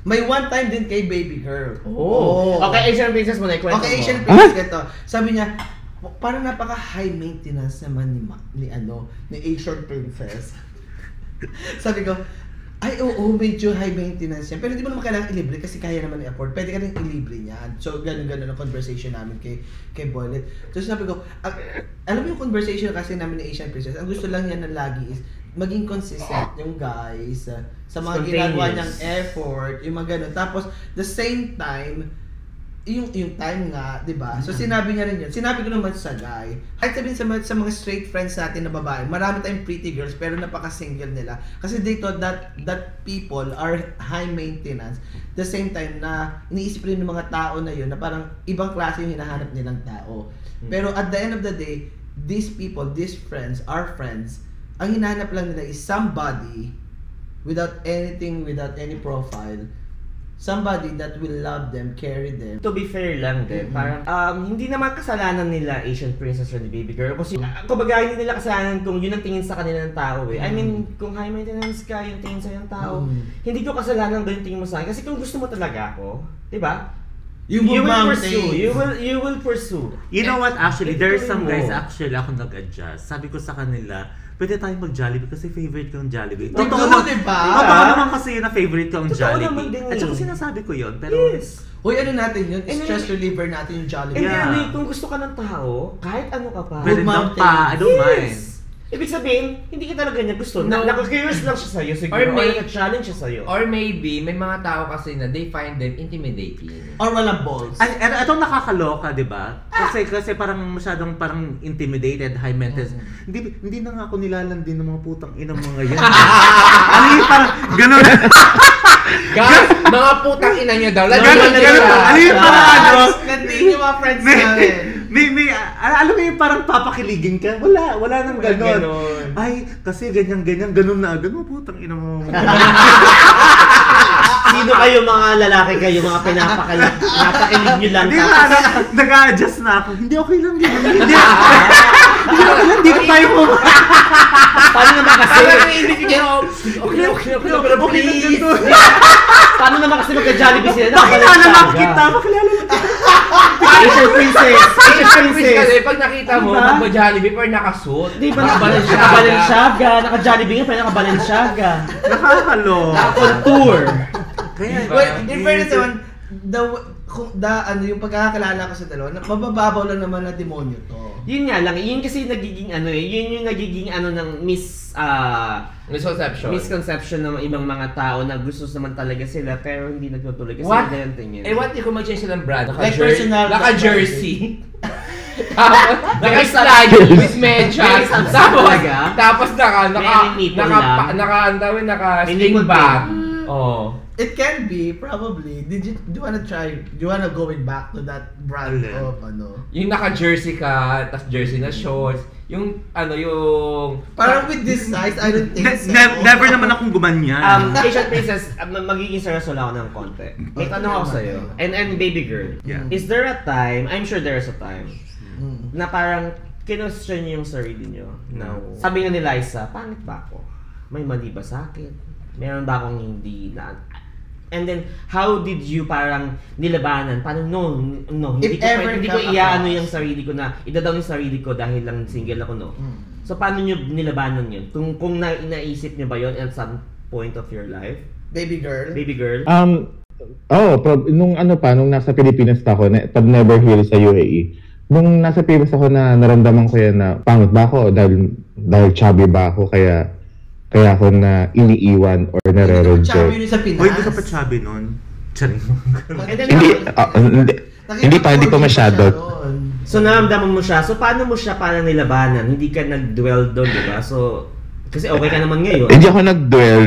May one time din kay baby girl. Oh. Okay, Asian princess mo na ikwento mo. Okay, Asian princess ito. Sabi niya, parang napaka high maintenance naman ni, ma- ni ano, ni Asian princess. Sabi ko, ay oo, medyo high maintenance yan. Pero hindi mo naman kailangan ilibre kasi kaya naman i-afford. Pwede ka rin ilibre niyan. So, ganun-ganun ang conversation namin kay, kay Boylet. So, sabi ko, ang- alam mo yung conversation kasi namin ni Asian Princess, ang gusto lang niya na lagi is maging consistent yung guys ah, sa mga ginagawa niyang Spontaneous. effort, yung mga ganun. Tapos, the same time, yung yung time nga, 'di ba? So sinabi niya rin 'yun. Sinabi ko naman sa guy, kahit sabihin sa, mga- sa mga straight friends natin na babae, marami tayong pretty girls pero napaka-single nila. Kasi dito that that people are high maintenance. The same time na iniisip rin ng mga tao na 'yun na parang ibang klase yung hinahanap nilang tao. Pero at the end of the day, these people, these friends, our friends, ang hinahanap lang nila is somebody without anything, without any profile, somebody that will love them, carry them, To be fair lang din, parang um, hindi naman kasalanan nila Asian Princess or the Baby Girl. Kasi uh, kumbaga hindi nila kasalanan kung yun ang tingin sa kanila ng tao eh. I mean, kung high maintenance ka, yung tingin sa'yo ng tao, Mm. hindi ko kasalanan ganun tingin mo sa akin. Kasi kung gusto mo talaga ako, di ba? You will, pursue. You will, you will pursue. You know what, actually, there are some Ituloy guys mo. actually ako nag-adjust. Sabi ko sa kanila, pwede tayong mag-Jollibee kasi favorite ko ang Jollibee. Totoo, naman- diba? Totoo naman kasi yun na favorite ko ang Totoo naman Jollibee. din At saka eh. sinasabi ko yun, pero Yes. Hoy, ano natin yun? And Stress then- reliever natin yung And Jollibee. Yeah. really, kung gusto ka ng tao, kahit ano ka pa, pwede lang pa, I don't mind. yes! Ibig sabihin, hindi ka talaga niya gusto. No. Na, Naka-curious lang siya sa'yo siguro. Or Or, may- naka-challenge siya sa'yo. Or maybe, may mga tao kasi na they find them intimidating. Or walang balls. Ay, eto eto nakakaloka, 'di ba? Kasi kasi parang masyadong parang intimidated, high maintenance. Hindi hindi na nga ako nilalandi ng mga putang ina mga yan. ano yun, parang ganun. Guys, mga putang ina nyo daw. Lalo Ganun, na ganun. nila. Ano yun, parang ano? Nandito yung mga friends May, namin. may, may, al- alam mo yung parang papakiligin ka? Wala, wala nang Walang ganun. ganun. Ay, kasi ganyan, ganyan, ganun na agad. Mga putang ina mo. Sino kayo mga lalaki kayo, mga pinapakalig, pinapakilig nyo lang Hindi tapos- na, nag- nag-a-adjust na ako. Hindi, okay lang yun. Hindi, hindi, okay lang. Dito tayo po. Paano naman kasi? Parang naisip niya, oh, okay, okay, okay, pero Okay lang please. ganito. Paano naman kasi magka-jollibee sila? Pakilala lang Nakabalik kita, talaga. pakilala lang kita. Asian princess! Asian Quiz princess! kasi pag nakita Ano mo, Diba? magpa-Jollibee pero nakasuot. Di ba Nakabalansyada. naka-balenciaga? Naka-jollibee nga, pero naka-balenciaga. Nakakaloka. Naka-contour. Kaya, Well, in fairness naman, the, kung, the, ano, yung pagkakakilala ko sa dalawa, na- mabababaw lang naman na demonyo to. Yun nga lang, yun kasi nagiging ano eh, yun yung nagiging ano ng miss, ah, Misconception. misconception ng ibang mga tao na gusto naman talaga sila pero hindi nagtutuloy kasi What? ganyan tingin. Eh, what if kung mag-change silang brand? Like Naka-jer- personal- Naka-jersey. Tapos, naka-slide with medyas. May isang Tapos, talaga? tapos naka, naka, Very people naka, lang. Mm. pa- naka, ang tawag, naka May sling likod bag. Oh. Oo. It can be, probably. Did you, do you wanna try, do you wanna go back to that brand Alin? of ano? Yung naka-jersey ka, tas jersey na shorts. Yung, ano, yung... Parang with this size, I don't think Ne- so. ne- never naman akong gumanyan. Um, Asian Princess, uh, ma- magiging seryoso lang ako ng konti. May tanong ako sa'yo. And, and baby girl, Yeah. is there a time, I'm sure there's a time, Mm. na parang kinustyon niyo yung sarili niyo. Mm. No. Sabi nga ni Liza, pangit ba ako? May mali ba sa akin? Meron ba akong hindi na... And then, how did you parang nilabanan? Paano, no, no, hindi If ko, ever hindi ko come iyaano across. yung sarili ko na, idadown yung sarili ko dahil lang single ako, no? Mm. So, paano nyo nilabanan yun? Kung, kung na, naisip nyo ba yun at some point of your life? Baby girl. Baby girl? Um, oh, prob- nung ano pa, nung nasa Pilipinas pa ako, na, pag never heal sa UAE, nung nasa Pilipinas ako na naramdaman ko yan na pangit ba ako dahil, dahil chubby ba ako kaya kaya ako na iniiwan or Chubby nare-reject. yun sa Pinas. Uy, hindi ka pa chubby nun. Charing. And then, Hindi, ah, hindi, hindi pa, hindi pa oh. masyado. So naramdaman mo siya. So paano mo siya para nilabanan? Hindi ka nag-dwell doon, di ba? So, kasi okay ka naman ngayon. Hindi ako nag-duel.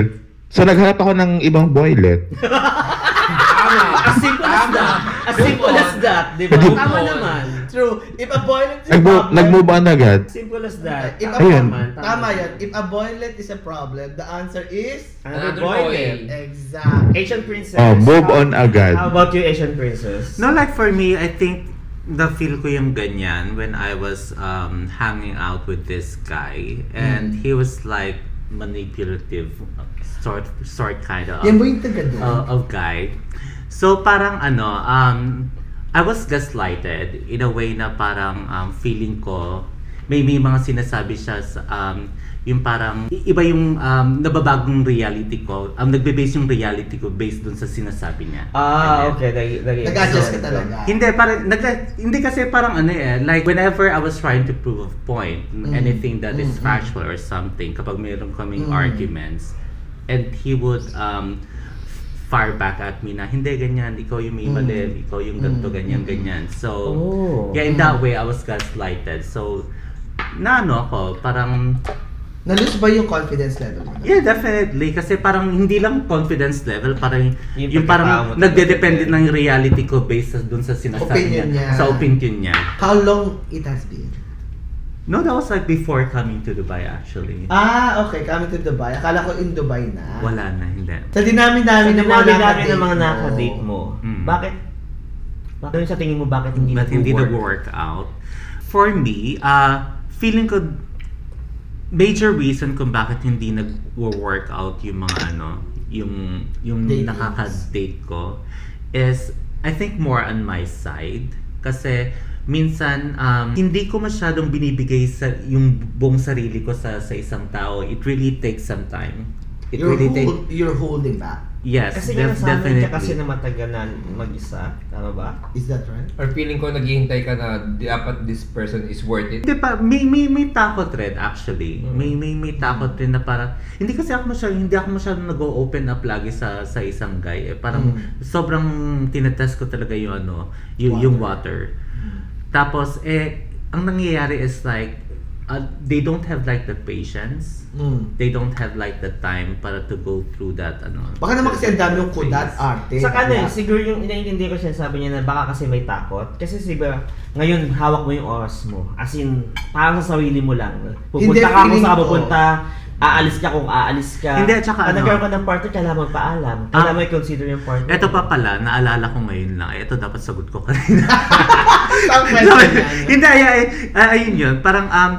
So naghanap ako ng ibang boylet. Tama. As simple as that. As simple as that, di ba? Good Tama boy. naman. True. If a boylet is a Nagmo- problem, Nag-move on agad. Simple as that. If a, Ayun. Eh, naman, Tama yun. If a boylet is a problem, the answer is... Another Another boy. boy. eh. Exact. Asian princess. Oh, move on agad. How about you, Asian princess? No, like for me, I think na feel ko yung ganyan when I was um, hanging out with this guy and he was like manipulative sort sort kind of Yan mo yung taga doon. uh, of guy. So parang ano, um, I was gaslighted in a way na parang um, feeling ko may may mga sinasabi siya sa, um, yung parang i- iba yung um, nababagong reality ko. Um, nagbe-base yung reality ko based dun sa sinasabi niya. Ah, Ganyan. okay. Nag- nag- Nag-adjust ka talaga. Hindi, parang, nag, hindi kasi parang ano eh, like whenever I was trying to prove a point, anything that is factual or something, kapag meron kaming arguments, and he would um, fire back at me na, hindi ganyan, ikaw yung may mali, ikaw yung ganito, ganyan, ganyan. So, Oh. yeah, in that way, I was gaslighted. So, naano ako, parang, Na-lose ba yung confidence level mo? Yeah, definitely. Kasi parang hindi lang confidence level, parang Yung pagkatao mo yung, parang talaga. nagdedepende ng reality ko based sa dun sa sinasabi Opinion niya. Sa opinion niya. How long it has been? No, that was like before coming to Dubai actually. Ah, okay. Kami to Dubai. Akala ko in Dubai na. Wala na, hindi. Sa Sabi dinami-dami ng na mga dami ng mga nakadate nakadate mo. Mm. Bakit? Bakit sa tingin mo Hmm. bakit hindi But hindi nag-work? nag-work out. For me, uh, feeling ko major reason kung bakit hindi nag-work out yung mga ano, yung yung Dating. nakaka-date ko is I think more on my side kasi minsan um, hindi ko masyadong binibigay sa yung buong sarili ko sa sa isang tao. It really takes some time. It You're, really hold, takes you're holding back. Yes, Kasi nga def- nasanay definitely. ka kasi na matagal na mag-isa. Tama ba? Is that right? Or feeling ko naghihintay ka na dapat this person is worth it. Hindi pa, may, may, may takot rin actually. Mm. May, may, may takot rin na parang, hindi kasi ako masyadong, hindi ako masyadong nag-open up lagi sa, sa isang guy. Eh, parang Mm. sobrang tinatest ko talaga yung ano, yung water. Yung water. Mm. Tapos, eh, ang nangyayari is like, uh, they don't have like the patience. Mm. They don't have like the time para to go through that ano. Baka naman kasi ang dami yung kudat arte. Sa kanan, Yeah. siguro yung inaintindi ko siya, sabi niya na baka kasi may takot. Kasi siguro, ngayon hawak mo yung oras mo. As in, parang sa sarili mo lang. Hindi, Pupunta ka kung feeling saan ka ko. pupunta, aalis ka kung aalis ka. Hindi, at saka Pag ano? nagkaroon ka ng partner, kailangan magpaalam. Kailangan may consider yung partner. Ito pa pala, naalala ko ngayon lang. Ito dapat sagot ko kanina. Ang question Sabi- yan. Hindi, ay, ay, ay, ayun yun. Parang, um,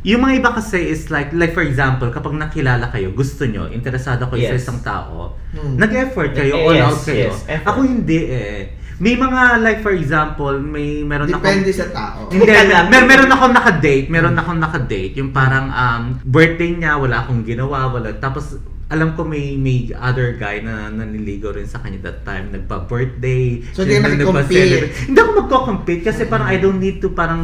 yung mga iba kasi is like, like for example, kapag nakilala kayo, gusto nyo, interesado kayo sa Yes. isang tao, Hmm. nag-effort kayo, Eh, all yes, out kayo. yes, effort. Ako hindi eh. May mga, like for example, may meron akong- Depende sa tao. hindi, Ikaw lang. mer- meron akong nakadate, meron akong nakadate. Yung parang um, birthday niya, wala akong ginawa, wala. Tapos, alam ko may may other guy na naniligo rin sa kanya that time. Nagpa-birthday. So, hindi ka Siyempre, nag-compete. nagpa-celebrate. Hindi ako magko-compete kasi parang I don't need to parang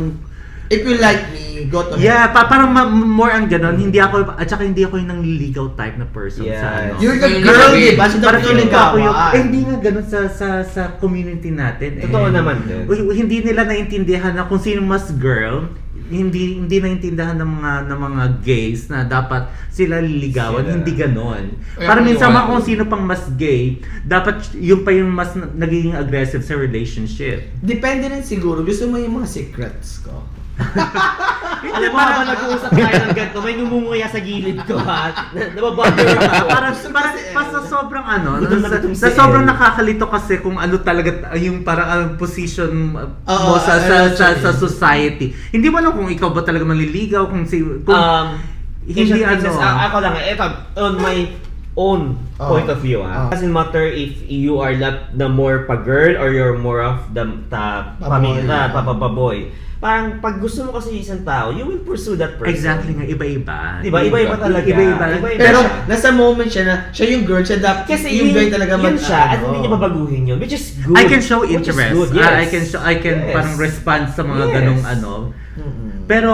If you like me, go to Yeah, hell. pa parang ma- more ang ganun. Hindi ako, at saka hindi ako yung nangliligaw type na person Yes. sa ano. You're the You're girl, the di ba? queen. Sino parang feeling ko ako yung, eh, pinagkawaan? hindi nga ganun sa, sa, sa community natin. Eh. Totoo naman din. Uy, uy, hindi nila naintindihan na kung sino mas girl, hindi hindi naintindihan ng mga ng mga gays na dapat sila liligawan, Sila. hindi ganon. Kaya Para minsan maniwala. mga kung sino pang mas gay, dapat yung pa yung mas na- nagiging aggressive sa relationship. Depende rin siguro. Gusto mo yung mga secrets ko. Alam mo, habang nag-uusap tayo ng ganito, may numunguya sa gilid ko ha. Na- Nababother ako. para para pa sa sobrang ano, Gutom na sa, gutom si sa sobrang Elle. nakakalito kasi kung ano talaga t- yung parang ang position mo Oo, I- sa I sa, know what sa, you sa mean. society. Hindi mo alam kung ikaw ba talaga manliligaw kung si kung um, hindi Asian ano. princess, a- Ah, ako lang, ito, on my own Oh. point of view, ah. Oh. Doesn't matter if you are not the more pa-girl or you're more of the ta, Baboy. pamilya, papaboy. Parang pag gusto mo kasi isang tao, you will pursue that person. Exactly nga, iba-iba. Diba? Iba-iba talaga. Iba-iba. Iba-iba. Pero siya. nasa moment siya na, siya yung girl, siya dapat, Kasi yung yun, girl talaga yun siya, at ano. hindi niya babaguhin yun, which is good. ah, I can show Which is interest. good, Ah, I yes. can show, I can Yes. parang respond sa mga Yes. Hmm. ganong ano. Pero,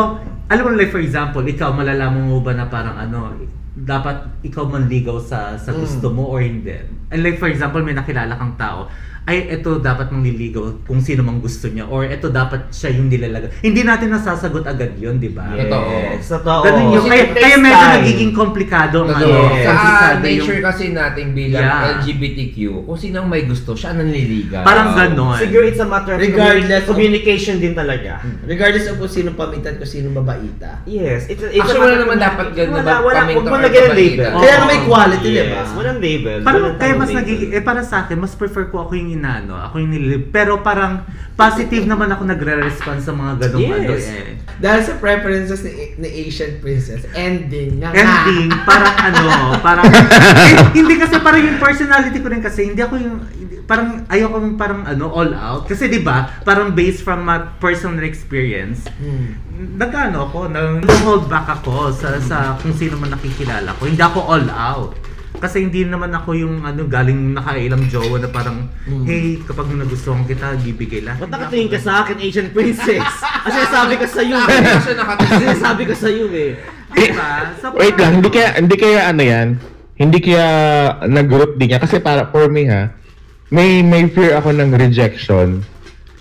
alam mo like for example, ikaw malalaman mo ba na parang ano, dapat ikaw manligaw Hmm. sa sa gusto mo or hindi. And like for example, may nakilala kang tao, ay eto dapat mangliligaw kung sino mang gusto niya or eto dapat siya yung nilalaga. Hindi natin nasasagot agad yun, di ba? Yes. Totoo. Totoo. Ganun yung, Kasi kaya, it takes kaya medyo time. nagiging komplikado ang ano. Totoo. Yes. Sa pagsasabi yung- nature kasi natin bilang Yeah. LGBTQ, kung sino ang may gusto, siya ang nanliligaw. Parang ganon. Siguro it's a matter of Regardless Regardless of- communication din talaga. Mm. Regardless of kung sino pamitan, kung sino babaita. Yes. It's, it's a Actually, wala matter naman of- dapat ganun Wala, wala. pamintang Huwag mo or na ganun kapalitan. label. Oh, Kaya nga may quality, di ba? Yes, walang label. Parang Walang kaya mas label. nagiging, eh para sa akin, mas prefer ko ako yung inaano, ako yung nililip. Pero parang positive naman ako nagre-respond sa mga ganong Yes. ano eh. Dahil sa preferences ni, ni Asian princess, ending na nga. Ending, parang ano, parang, eh, hindi kasi parang yung personality ko rin kasi, hindi ako yung, hindi- parang ayoko yung parang ano, all out. Kasi di ba parang based from my personal experience, Hmm. nagano ako, nag-hold back ako sa, sa kung sino man nakikilala ko. Hindi ako all out. Kasi hindi naman ako yung ano galing nakailang jowa na parang hey, kapag nagustuhan kita, bibigay lang. Hmm. Ba't nakatingin Hindi ako ka ganun. sa akin, Asian princess? Ang sinasabi ko sa'yo eh. Ah, Kaya siya Ang nakatingin. sinasabi ko sa'yo eh. Diba? So, Wait parang- lang, hindi kaya, hindi kaya ano yan? Hindi kaya nag-group din niya? Kasi para, for me ha, may, may fear ako ng rejection.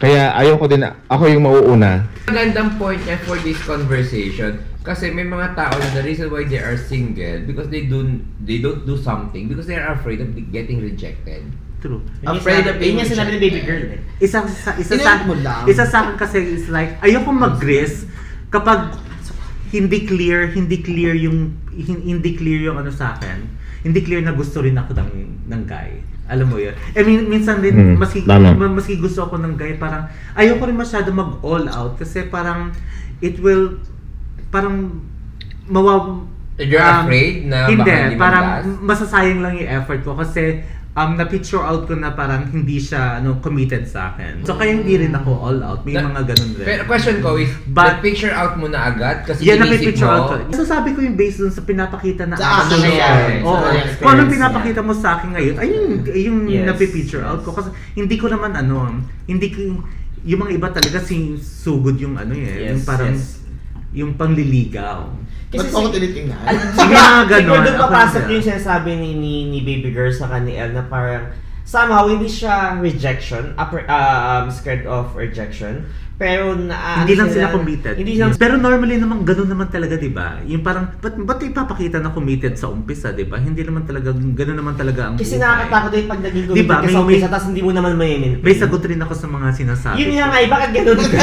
Kaya ayoko din, na- ako yung mauuna. Magandang point niya for this conversation kasi may mga tao na the reason why they are single because they do they don't do something because they are afraid of getting rejected. True. Afraid of being Yun yung sinabi ni baby girl eh. Isa sa isa sa Inilip mo lang. isa sa akin kasi is like ayoko mag-risk kapag hindi clear, hindi clear yung hin- hindi clear yung ano sa akin. Hindi clear na gusto rin ako ng ng guy. Alam mo yun. Eh min- minsan din Hmm, maski tama. ma- maski gusto ako ng guy parang ayoko rin masyado mag all out kasi parang it will parang mawaw You're um, afraid na hindi, baka hindi parang mag-last? masasayang lang yung effort ko kasi um, na-picture out ko na parang hindi siya ano, committed sa akin. So kaya hindi rin ako all out. May Na- mga ganun rin. Pero question ko is, But- picture out mo na agad kasi yan na inisip picture mo, out ko. Masasabi ko yung based dun sa pinapakita na Sa action action niya. niya. Oo. Sa experience Kung anong niya. pinapakita mo sa akin ngayon, ayun yung Yes. napipicture out ko. Kasi hindi ko naman ano, hindi ko, yung mga iba talaga sinusugod yung ano eh. Yes, yung parang, yes. yung pangliligaw. Ba't Kasi ako si- tinitingnan? Ay, Siguro siguro- ganun, Siguro doon ako papasok din. yung sinasabi ni, ni, ni Baby Girl sa kani El na parang somehow hindi siya rejection, upper, uh, um, scared of rejection. Pero na, hindi ano lang sila committed. Hindi lang Pero normally naman ganun naman talaga, 'di ba? Yung parang ba't ba't ipapakita na committed sa umpisa, 'di ba? Hindi naman talaga ganun naman talaga ang Kasi buhay. nakakatakot din pag naging Di committed ka ba? May- sa umpisa may- tapos hindi mo naman may May sagot rin ako sa mga sinasabi. Yun ko. nga nga, eh, bakit ganun ka?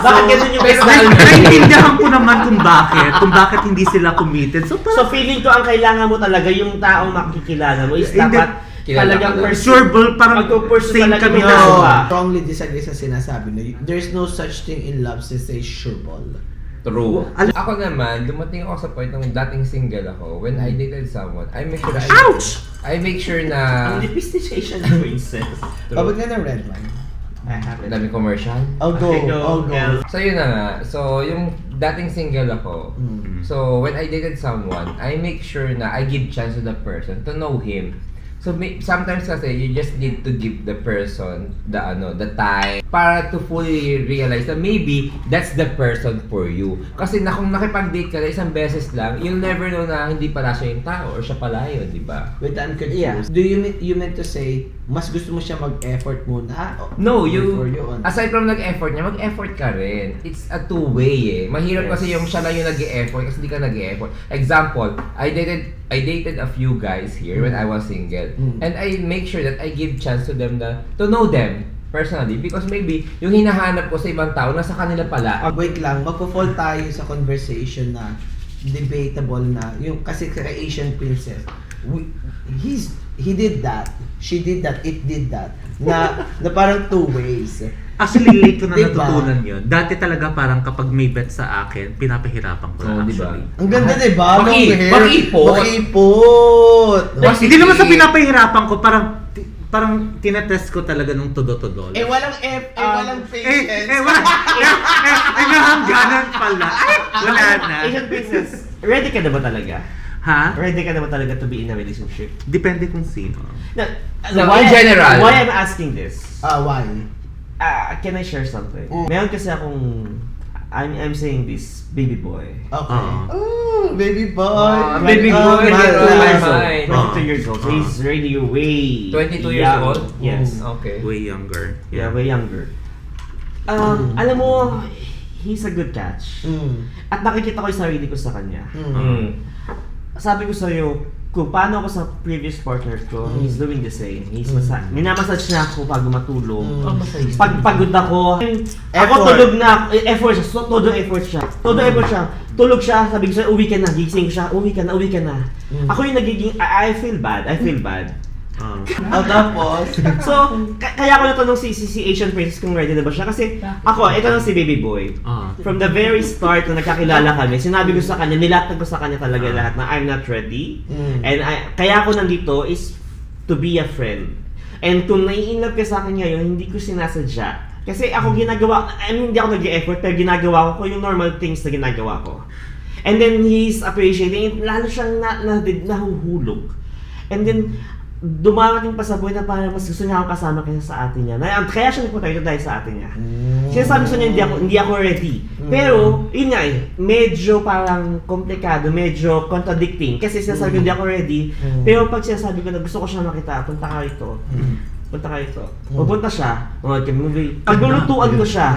bakit ganun yung pero- personal? Naiintindihan ko naman kung bakit, kung bakit hindi sila committed. So, parang, So feeling ko ang kailangan mo talaga yung taong makikilala mo is Hindi. dapat Kilala talagang ka. person. sure, ball, parang Magpo-pursue same talaga kami yung na. ano ba? strongly disagree sa sinasabi na there's no such thing in love since a sure ball. True. Alam- ako naman, dumating ako sa point nung dating single ako, when I dated someone, I make sure I, Ouch! I make sure ah. na... Ang nipis ni Asian Princess. Kapag True. na ng red line. I have it. Ang dami commercial. I'll go, Okay, go, I'll go. Mel. So yun na nga. So yung dating single ako. Mm. So when I dated someone, I make sure na I give chance to the person to know him. So may, sometimes kasi you just need to give the person the ano, the time para to fully realize na maybe that's the person for you. Kasi na kung nakipag-date ka na isang beses lang, you'll never know na hindi pala siya yung tao or siya pala yun, di ba? Wait, I'm confused. Yeah. Do you mean, you meant to say, mas gusto mo siya mag-effort muna? o- No, before you, you oh. on? aside from nag-effort niya, mag-effort ka rin. It's a two-way eh. Mahirap Yes. kasi yung siya lang yung nag-effort kasi hindi ka nag-effort. Example, I dated I dated a few guys here when I was single. Mm. And I make sure that I give chance to them na, to know them personally because maybe yung hinahanap ko sa ibang tao nasa kanila Ah, pala. wait lang, magpo-fall tayo sa conversation na debatable na yung kasi kay Asian princess. We, he's he did that. She did that. It did that. Na na parang two ways. Actually, late ko na Diba? natutunan yun. Dati talaga parang kapag may bet sa akin, pinapahirapan ko Oo, na diba? actually. Ang ganda, di ba? Maki- Long hair. makiipot. Makiipot. Mas- Hindi naman sa pinapahirapan ko, parang parang tinetest ko talaga nung todo-todo. Eh, walang F, eh, walang eh, patience. eh, wala. eh, eh, eh, nahangganan pala. Ay, wala na. Ah, Asian princess, ready ka na ba talaga? Ha? Ready ka na ba talaga to be in a relationship? Depende kung sino. No, No, in general. Why I'm asking this? Ah, why? Ah, can I share something? Mm. Meron kasi akong, I'm, I'm saying this, baby boy. Okay. Oo. Oh, baby boy. Ah, baby Oh, boy, my you're love. my years old. mind. 22 years old. So he's really way 22 years young. old? Oh. Yes. Okay. Way younger. Yeah, way younger. Ah, alam mo, he's a good catch. Mm, At nakikita ko yung sarili ko sa kanya. mm. Mm. Sabi ko sa'yo, kung paano ako sa previous partners ko, he's doing the same. He's masa- minamassage niya ako pag matulog. Mm. Pag pagod ako, ako Effort. tulog na, eh, effort siya, so, todo effort siya. Todo effort siya. Tulog siya, sabi ko siya, uwi ka na, gising siya, uwi ka na, uwi ka na. Ako yung nagiging, I, I feel bad, I feel bad. Oo. Oh, tapos, So, ka- kaya ako natanong si, si, si Asian Princess kung ready na ba siya. Kasi ako, ito lang si Baby Boy. Ah. From the very start na nagkakilala kami, sinabi ko sa kanya, nilatag ko sa kanya talaga lahat na I'm not ready. Mm. And I, kaya ako nandito is to be a friend. And kung naiinlove ka sa akin ngayon, hindi ko sinasadya. Kasi ako ginagawa, I mean, hindi ako nag-effort, pero ginagawa ko yung normal things na ginagawa ko. And then he's appreciating it, lalo siyang na, na, nahuhulog. And then, dumarating pa sa buhay na parang mas gusto niya akong kasama kaysa sa atin niya. Na- Kaya siya nagpunta ito dahil sa atin niya. Sinasabi ko sa niya, hindi ako, hindi ako ready. Pero, yun nga eh, medyo parang komplikado, medyo contradicting. Kasi sinasabi ko, hindi ako ready. Pero pag sinasabi ko na gusto ko siya makita, punta ka ito. Punta ka ito. Pupunta siya, mga kami movie. Paglulutuan ko siya.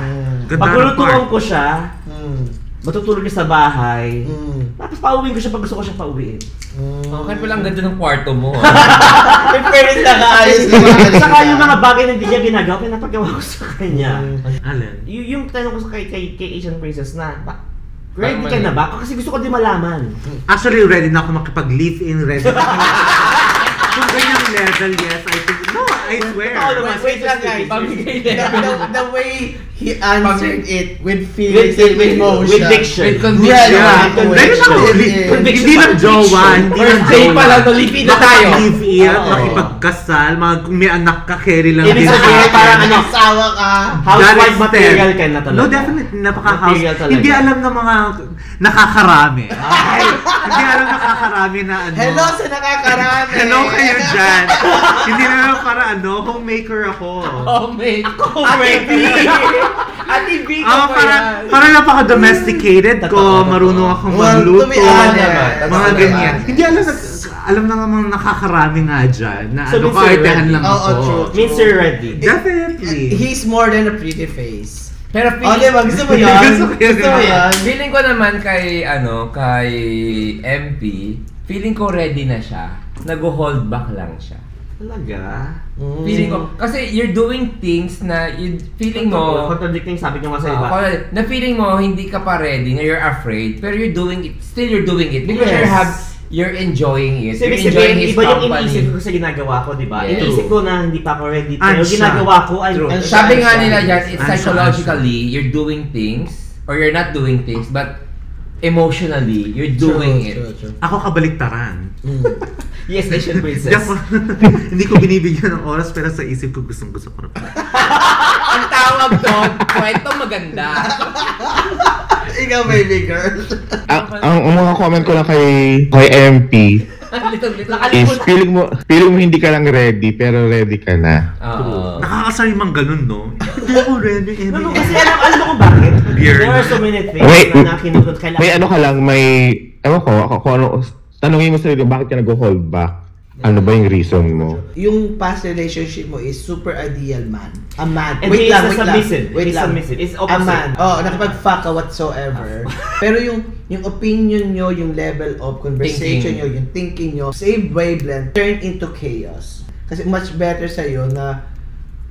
Ganda ng Paglulutuan part. ko siya, mm, matutulog niya sa bahay. mm, Tapos pauwiin ko siya pag gusto ko siya pauwiin. mm. Okay pala ang Oh, ganda ng kwarto mo. ah. Parents nakaayos din. Saka yung mga bagay na hindi niya ginagawa, pinapagawa ko sa kanya. Alin? Y- yung tanong ko sa kay, kay, kay Asian Princess na, ba, Parang ready ka mali. na ba? Kasi gusto ko din malaman. Actually, ready na ako makipag-live-in, ready na ako Kung ganyang level, yes, I think, no, I swear. Totoo naman. Wait lang guys. Pamigay The, na. the, the way he answered it with feelings With, with, and with with, emotion. with diction. With conviction. Yeah, Yeah, yeah. ready na ako, li- Conviction. hindi lang jowa, hindi lang Birthday jowa. pa lang, nalipin na tayo. Makipag-live-in, Oo. makipagkasal, mga, kung may anak ka, carry lang. Ibig din sabihin, sa akin. parang ano, Asawa ka. Housewife That is material ten. ka na talaga. No, definitely. Napaka-house. Material talaga. Hindi alam ng mga nakakarami. Ay, hindi alam nakakarami na ano. Hello sa nakakarami. Hello kayo dyan. hindi na lang para ano, homemaker ako. oh, mate. Ate B! Ate B ko pa Ah, para, yan. para napaka-domesticated ko. Totoo, Marunong akong Well, to be magluto. honest. Mga Totoo ganyan. naman. Hindi alam na, alam na nga mga nakakarami nga dyan na So, ano, means you're kaartehan ready. lang Oo, ako. true. Means you're ready. Definitely. He's more than a pretty face. Pero O, di feeling, ba? Gusto mo yun? Gusto ko yun. Gusto mo yun? feeling ko naman kay, ano, kay MP, feeling ko ready na siya. Nag-hold back lang siya. Talaga? Feeling Mm. ko, kasi you're doing things na you, feeling Totoo, mo, Contradicting sabi ko nga sa iba. Ah, ako- na feeling mo hindi ka pa ready, na you're afraid, pero you're doing it, still you're doing it because you Yes. have, you're enjoying it. Kasi You're ibig enjoying sabihin, his iba yung iniisip company. ko sa ginagawa ko, di ba? Yes. Iniisip ko na hindi pa ako ready. Pero Ansya. ginagawa ko, ay True. Ansya, Sabi nga ansya. nila yan, it's Ansya, psychologically, you're doing things, or you're not doing things, but emotionally, you're doing it. Ako kabaliktaran. Yes, Asian Hindi princess. ako, hindi ko binibigyan ng oras pero sa isip ko gustong gusto ko na pala. Ang tawag doon, kwento maganda. Ikaw, baby girl. Ah, ang, ang mga comment ko lang kay, kay MP, Litong-litong. Is feeling mo, feeling mo hindi ka lang ready, pero ready ka na. Ah. Oo. Nakakasari mang ganun, no? Hindi ako ready, Emmy. Ano kasi alam, alam mo kung bakit? Weird. There are so many things Wait, na nakinugot kailangan. May ano ka lang, may, ewan ko, ako, kung ano, tanongin mo sarili, mo, bakit ka nag-hold back? Ano ba yung reason mo? Yung past relationship mo is super ideal man. A man. And he is a submissive. He's submissive. It's A opposite. Ah. man. Oh, nakipag-fuck ka whatsoever. Pero yung yung opinion nyo, yung level of conversation Thinking. nyo, yung thinking nyo, same wavelength, turn into chaos. Kasi much better sa'yo na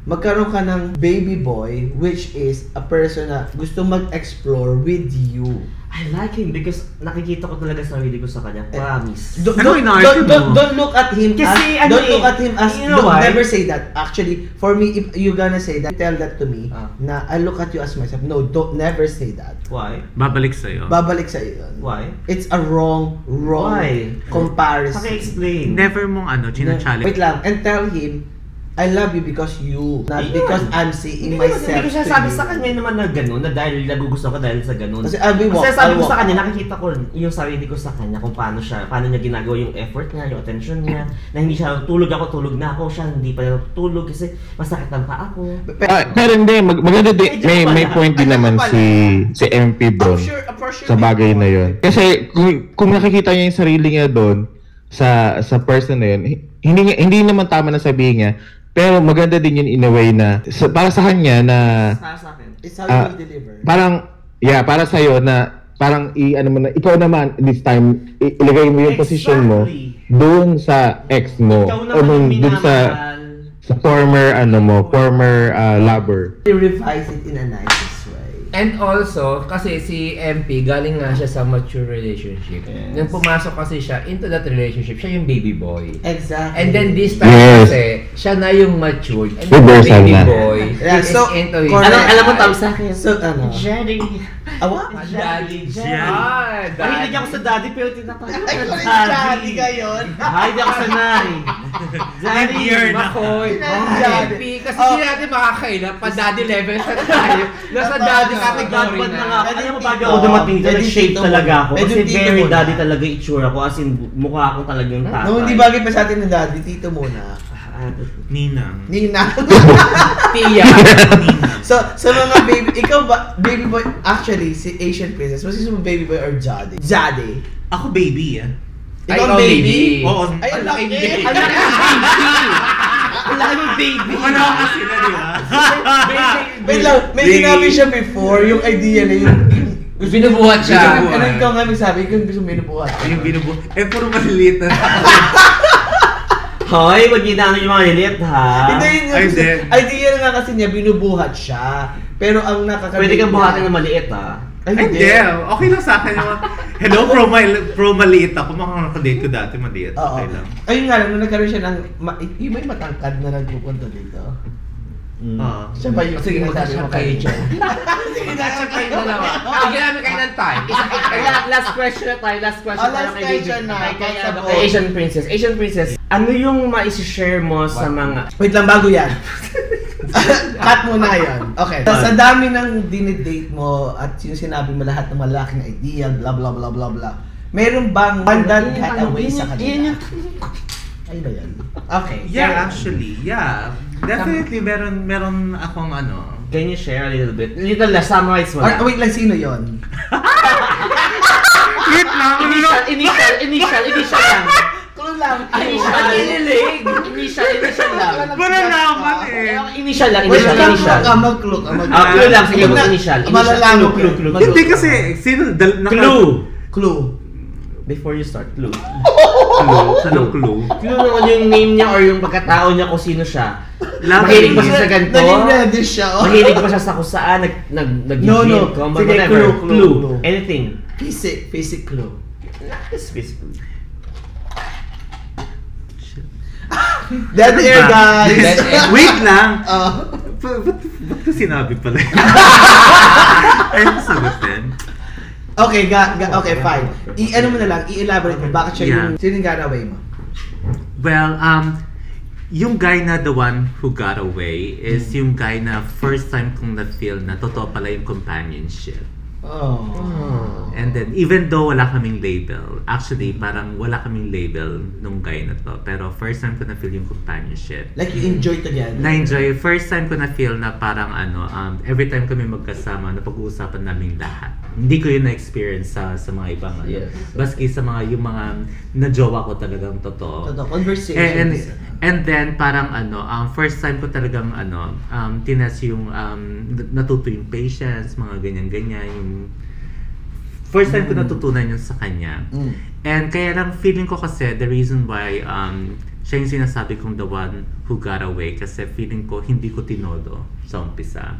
magkaroon ka ng baby boy which is a person na gusto mag-explore with you. I like him because nakikita ko talaga sa sarili ko sa kanya. Promise. Don't, Ano don't, inaarte don't, mo? don't, don't look at him Kasi as, ano don't eh, look at him as, you know don't why? never say that. Actually, for me, if you gonna say that, tell that to me, Ah. na I look at you as myself. No, don't never say that. Eh. Why? Babalik sa'yo. Babalik sa yun. Why? It's a wrong, wrong Why? comparison. Paki-explain. Never mong ano, china-challenge. Wait lang, and tell him, I love you because you, not Ayun. because I'm seeing Hindi naman, myself hindi ko siya to sabi you. sa kanya naman na gano'n, na dahil nagugusto ko dahil sa gano'n. Kasi I'll be walk- Kasi sabi ko I'll sa walk. kanya, nakikita ko yung sarili ko sa kanya kung paano siya, paano niya ginagawa yung effort niya, yung attention niya, na hindi siya tulog ako, tulog na ako, siya hindi pa tulog kasi masakit ang paa ko. Pero, Ah, pero hindi, mag, maganda din, Medyo may, pala. may point din Ano naman pala? si, si MP Bron. I'm sure, I'm sure sa bagay na yun. Kasi kung, kung nakikita niya yung sarili niya doon sa sa person na yun, hi- hindi niya- hindi naman tama na sabihin niya, pero maganda din yun in a way na sa, para sa kanya na Para sa akin. It's how Ah, you will deliver. parang yeah, para sa na parang i ano mo na ikaw naman this time i- ilagay mo yung position mo Exactly. doon sa ex mo Ikaw o naman doon, yung doon sa minamahal. sa former ano mo, former ah, lover. They revise it in a nice way. And also, kasi si MP, galing nga siya sa mature relationship. Yes. Nung pumasok kasi siya into that relationship, siya yung baby boy. Exactly. And then this time Yes. kasi, siya na yung matured. And Reversal the baby na. boy Yeah, is so, into his correct. Alam, life. alam mo, Tom, sa akin. So, ano? Jerry. Awa? Ah, Daddy, Daddy, Jerry. Ah, Mahilig daddy. ako sa daddy, pero tinatawag Ay, ko sorry, na daddy ka yun. Ay, di ako sanay. Daddy, Year na. makoy. Daddy. Daddy. Kasi Oh. hindi natin makakailan. Pa daddy level sa tayo. Nasa Tama daddy na. category Godbad na nga. na. ako. Alam mo, bago Medyo ako tito. dumating dito, Medyo nag-shape tito talaga muna. ako. Medyo Kasi tito very muna. daddy talaga yung itsura ko. As in, mukha akong talagang tatay. No, hindi bagay pa sa atin ng daddy. Tito muna. Ah, Ninang. Nina. Tiya. so, sa mga baby, ikaw ba, baby boy, actually, si Asian Princess, mas gusto mo baby boy or Jade? Jade. Ako baby, ah. Ay, Ikaw ikaw, baby. baby. Oo. Eh. Ay, ano? ang laki. baby. Ang laki. Ang laki ng baby. Wala ka sila, di ba? Wait lang, may Baby. sinabi siya before, yung idea na yun. Binubuhat siya. Ano ikaw nga magsabi, ikaw yung gusto mo binubuhat. Yung binubu... Eh, puro maliliit na. Hoy, wag niyo na yung mga lilit, ha? Hindi yun yung Ay, gusto. hindi. Idea na nga kasi niya, binubuhat siya. Pero ang nakaka- Pwede kang buhatin ng maliit, ha? Ay, Ay, hindi. Hindi. Okay lang sa akin. yung mga- Hello, pro, mal- pro maliit ako. Mga nakadate ko dati maliit. Oo. Okay lang. Ayun nga lang, nung nagkaroon siya ng, ma- eh, yung may matangkad na nagpupunta dito. Mm. Oo. Siya ba yung Sige, mag-chat kayo dyan. Sige, mag-chat kayo dalawa. Bigyan namin kayo ng time. Isa kayo. last question na tayo, last question Oh, last tayo kay question Vicky- na. kay- kay- Pass ano, ako. kay Asian Princess. Asian Princess, ano yung maisi-share mo sa mga Wait lang, bago yan. Cut muna yan. Okay. So, sa dami ng dinidate mo at yung sinabi mo lahat ng malaki na ideal, blah, blah, blah, blah, blah. Meron Ano bang one that got away sa kanila? Ano ba yan? Okay. Yeah, actually, yeah. Definitely, meron, meron akong ano, Can you share a little bit? Little na summarize mo Or, lang. wait lang, sino yon? Wait lang, ano lang? Initial, initial, initial, initial lang. Clue lang. Initial, kinilig. Initial, initial lang. Wala naman eh. Ang Initial lang, um, Wait initial, lang, initial. mag- ah, mag-clue ka, Ah, mag-clue. clue lang, sige, Wag na, initial. Initial, clue, malalaman ko eh. clue, yan. clue, Mag- Hindi kasi, sino, dal, naka- Clue! Clue. Before you start, clue. Clue? Anong clue? Clue naman yung name niya or yung pagkatao niya kung sino siya. Lucky. Mahilig ba siya sa ganito? Naging ready siya. oh. Mahilig ba siya sa kung saan? Nag, nag, nag No, no. Kung Sige, whatever. clue, clue, clue. Anything. Physic, physic clue. Dead air, Ano guys! Dead air. Wait lang! Ah. Ba- Ba't ba't ko sinabi pala yun? Ayun, sagutin. Okay, ga, ga, okay, fine. I, ano mo na lang, i-elaborate mo, bakit siya Yeah. yung, sino yung got away mo? Well, um, yung guy na the one who got away is yung guy na first time kong na-feel na totoo pala yung companionship. Oh. And then, even though wala kaming label, actually, parang wala kaming label nung guy na to. Pero first time ko na-feel yung companionship. Like you enjoy together. Na-enjoy. First time ko na-feel na parang ano, um, every time kami magkasama, napag-uusapan namin lahat. Hindi ko yun na-experience sa, sa mga ibang ano. Yes. Baski sa mga, yung mga na-jowa ko talagang totoo. Totoo, conversation. Eh, And, and, and then, parang ano, um, first time ko talagang ano, um, tinas yung, um, natuto yung patience, mga ganyan-ganyan, yung First time ko natutunan yun sa kanya. Mm. And kaya lang feeling ko kasi the reason why um, siya yung sinasabi kong the one who got away kasi feeling ko hindi ko tinodo sa umpisa.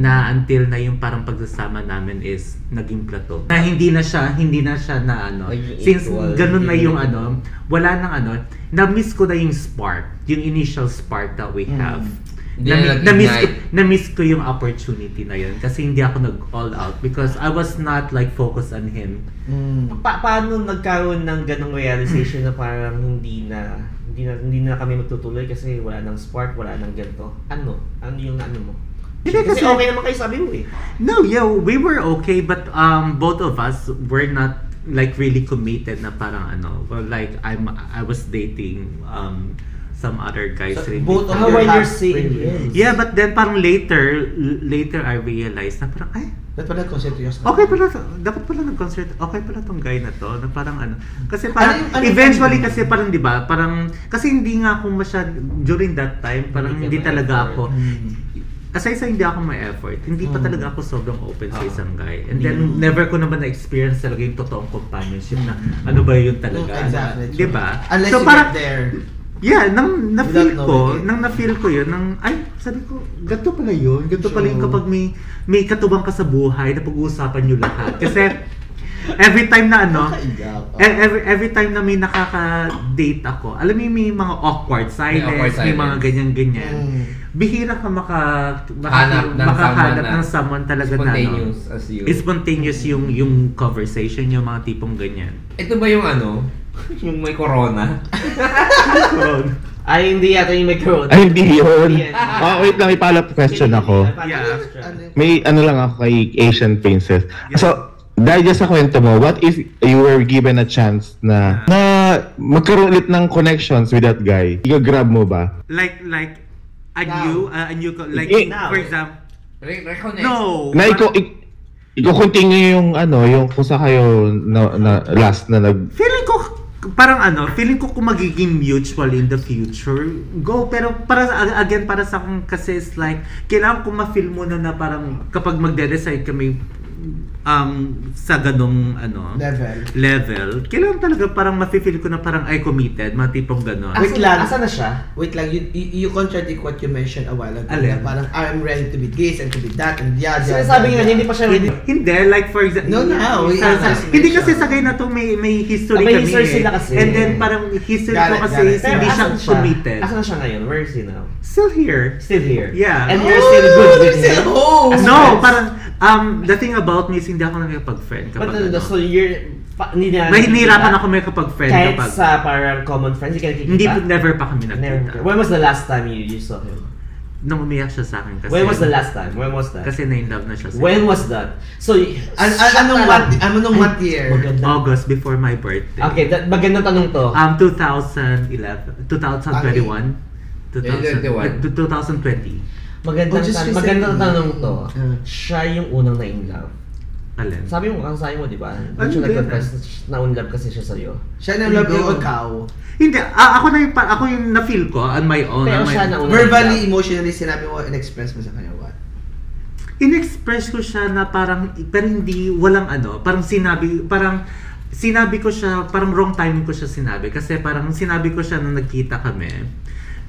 Na until na yung parang pagsasama namin is naging plato. Na hindi na siya, hindi na siya na ano. Naging Since equal. ganun na yung Mm. ano, wala nang ano, na-miss ko na yung spark, yung initial spark that we have. Hindi na Na, miss ko, nag-ignite. na-miss ko yung opportunity na yun kasi hindi ako nag-all out because I was not like focused on him. Mm. Pa- paano nagkaroon ng ganong realization na parang hindi na hindi na hindi na kami magtutuloy kasi wala nang spark, wala nang ganito. Ano? Ano yung ano mo? Hindi, kasi, kasi- okay naman kayo sabi mo eh. No, yeah, we were okay but um both of us were not like really committed na parang ano, well, like I'm I was dating um some other guys So, really. both of Ah, your when you're half saying friends. Yeah, but then parang later later I realized na parang ay Ba't pala consider yourself? Okay pala, to- dapat pala nag-concert, okay pala tong guy na to, na parang ano, kasi Ano parang, yung- ano yung- eventually kasi parang, di ba, parang, kasi hindi nga ako masyad, during that time, parang Hindi hindi ka Hmm. talaga ma-effort. ako, aside sa hindi ako may effort, hindi pa Mm. talaga ako sobrang open Hmm. sa Ah. isang guy. And then, never ko naman na-experience talaga yung totoong companionship na ano ba yun talaga. Mm, exactly. Di ba? Unless you parang- get there. Yeah, nang na-feel Without ko, knowing it. nang na-feel ko yun, nang, ay, sabi ko, ganito pala yun. Ganito pala yun True. kapag may, may katubang ka sa buhay na pag-uusapan nyo lahat. Kasi, every time na ano, Nakaiyak. e- every, every time na may nakaka-date ako, alam mo yung may mga awkward silence, may, awkward mga silence. ganyan-ganyan. Mm. Bihira ka maka, maka- Hanap ng someone makahanap na ng someone talaga na ano. Spontaneous as you. Spontaneous yung, yung conversation, yung mga tipong ganyan. Ito ba yung ano? yung may corona? Ay, hindi yata yung magkaroon. Ay, hindi yun. Yes. Ah, wait lang, may follow-up question ako. Yeah. Ano yung- May ano lang ako kay Asian Princess. So, dahil dyan sa kwento mo, what if you were given a chance na na magkaroon ulit ng connections with that guy? Iga-grab mo ba? Like, like, a Now. new, uh, a new, co- like, Eh, for example, Re- reconnect. No. Na ikaw, ik- ikaw continue yung ano, yung kung sa kayo na, na last na nag... Feeling ko, parang ano, feeling ko kung magiging mutual in the future, go. Pero para sa- again, para sa akin kasi it's like, kailangan ko ma-feel muna na parang kapag magde-decide kami um, sa ganong ano, Level. level, kailangan talaga parang ma-feel ko na parang ay committed, mga tipong ganon. Wait lang. Asa na siya? Wait lang, you, you, you contradict what you mentioned a while ago. Alin? Na parang, I'm ready to be this and to be that and yeah, yeah, Sinasabi nga yeah, niya, hindi yeah. pa siya ready. Hindi, like for example, No, no, we- sa- we- sa- we- hindi kasi sa guy na to may may history May kami. history eh. sila kasi. And then parang history Got ko it, kasi got it. hindi Pero siya asan committed. Asa na siya ngayon? Where is he now? Still here. Still here. Yeah. And you're still good Oh, with they're him. still home. As No, friends. parang um the thing about me is hindi ako nakikipag-friend But kapag uh, so ano. you're... Pa, hindi na... May hinihirapan ako may kapag-friend Kahit kapag sa parang common friends, hindi ka nakikita? hindi never pa kami Never. nagkita. When was the last time you, you saw him? Nung umiyak siya sa akin kasi When was the last time? When was that? Kasi na-inlove na siya sa When was that? So, y- An- an- shut anong na what, lang. anong what year? Maganda. August before my birthday. Okay, that, magandang tanong to. Um 2011, 2021. 2021. 2000, 2020. Magandang, Oh, just tan- recently. magandang tanong to. Mm. Siya yung unang na-inlove. Alin? Sabi mo, ang sabi mo, di ba? Doon Ano siya din? eh? nag-confess, na-unlove kasi siya sa'yo. Siya na love yung ikaw. Hindi, ah, ako na yung, pa- ako yung na-feel ko on my own. Pero on my siya own. na unang Verbally, emotionally, sinabi mo, in-express mo sa kanya what? inexpress ko siya na parang pero hindi walang ano parang sinabi parang sinabi ko siya parang wrong timing ko siya sinabi kasi parang sinabi ko siya nung nagkita kami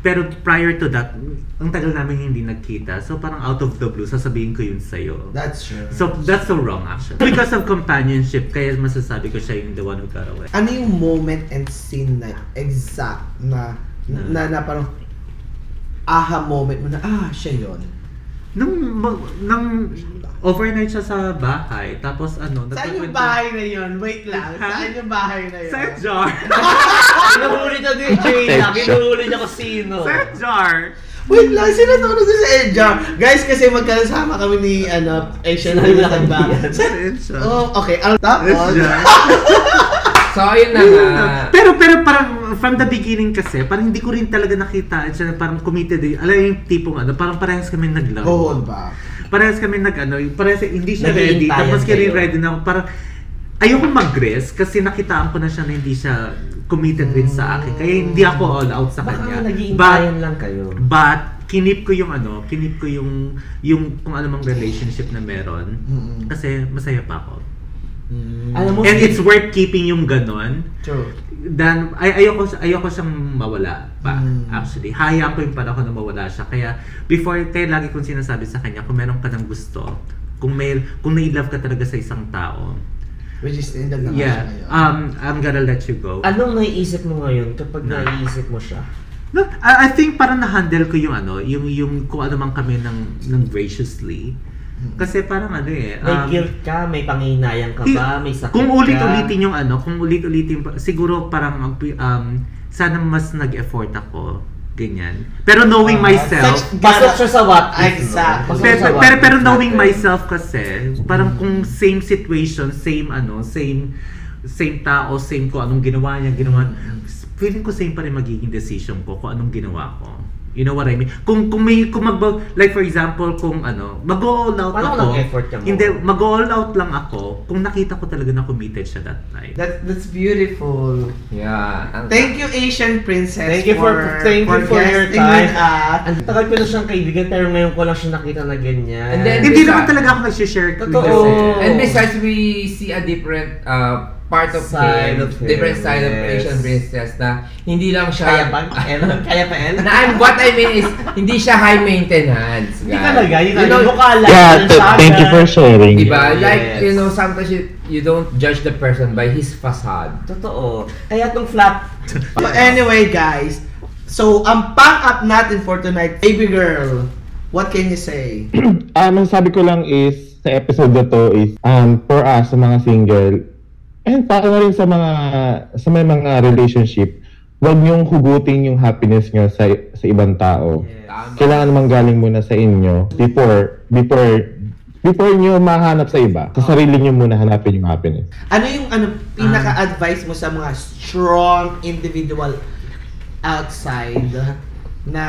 pero prior to that ang tagal namin hindi nagkita so parang out of the blue sasabihin ko yun sa'yo That's true. so that's so wrong actually because of companionship kaya masasabi ko siya yung the one who got away ano yung moment and scene na exact na, na, na parang aha moment mo na, ah, siya yun. nung mag- nung overnight siya sa bahay tapos ano Saan yung nagkukwento- bahay na yun? Wait lang. Ha? Saan yung bahay na yun? sa jar Pinuhuli na din, Jay. Attention. Pinuhuli niya kung sino. sa jar Wait lang, sino to ano sa Edjar? Guys, kasi magkasama kami ni ano, Asian na Lakad ba? Oh, Oh, okay. Ang tapos. So, ayun na nga. Ah. Pero pero parang from the beginning kasi, parang hindi ko rin talaga nakita at siya parang committed. eh. Alam mo yung tipong ano, parang parehas kami naglaro. Hold back. Parehas kami nag ano, parehas hindi siya ready. Naghihintayan Tapos kayo. kaya ready na ako. Parang ayoko mag-risk kasi nakitaan ko na siya na hindi siya committed rin sa akin. Kaya hindi ako all out sa Baka kanya. nag-iintayan lang kayo. But kinip ko yung ano, kinip ko yung yung kung ano mang relationship na meron Mm-mm. kasi masaya pa ako. Mm. Mm. Alam mo, And it's worth keeping yung ganon. True. Dan ay ayoko si- ayoko siyang mawala pa Mm. actually. Hayaan ko yung panahon na mawala siya. Kaya before kaya lagi kong sinasabi sa kanya kung meron ka ng gusto, kung may kung nai-love ka talaga sa isang tao. Which is in the naman siya Yeah. ngayon. Ah. Um I'm gonna let you go. anong naiisip mo ngayon kapag Na. naiisip mo siya? No, I, I think parang na-handle ko yung ano, yung yung kung ano man kami ng ng graciously. Kasi parang ano eh. May um, guilt ka? May panghihinayang ka Di- ba? May sakit Kung ka? ulit-ulitin yung ano, kung ulit-ulitin, pa- siguro parang ang pi- um, sana mas nag-effort ako. Ganyan. Pero knowing Ah, myself, such- Pasok siya sa what? if, no? Exact. Pasok siya pero, sa pero, what pero, if pero knowing natin. myself kasi, parang kung same situation, same ano, same same tao, same ko anong ginawa niya, ginawa, feeling ko same pa rin magiging decision ko kung anong ginawa ko. You know what I mean? Kung kung may kung mag like for example kung ano, mag-all out Paano ako. kung nag-effort ka mo? Hindi, mag-all out lang ako kung nakita ko talaga na committed siya that night. That, that's beautiful. Yeah. ang- Thank you, Asian Princess. Thank you for, thank you for your guesting time. with us. Ang tagal ko na siyang kaibigan pero ngayon ko lang siya nakita na ganyan. And then- Hindi naman talaga ako nag-share with Totoo. this, eh. And besides, we see a different uh, part of Side him, of him, different side of yes. Asian princess na hindi lang kaya siya pa? Kaya pa? Kaya pa? Kaya na I'm- what I mean is hindi siya high maintenance. Hindi guys. talaga, yun You know, ang mukha lang. Yeah, yun th- ang thank you for saga. sharing. Diba? Like, Yes. you know, sometimes you, you don't judge the person by his facade. Totoo. Kaya tong flap, So anyway, guys. So, ang pang-up natin for tonight, baby girl. What can you say? Um, ang sabi ko lang is, sa episode na to is, um, for us, sa mga single, and para na rin sa mga, sa may mga relationship, huwag niyong hugutin yung happiness niyo sa, sa ibang tao. Tama. Kailangan naman galing muna sa inyo before, before, before niyo mahanap sa iba. Sa sarili niyo muna hanapin yung happiness. Ano yung ano pinaka-advice mo sa mga strong individual outside na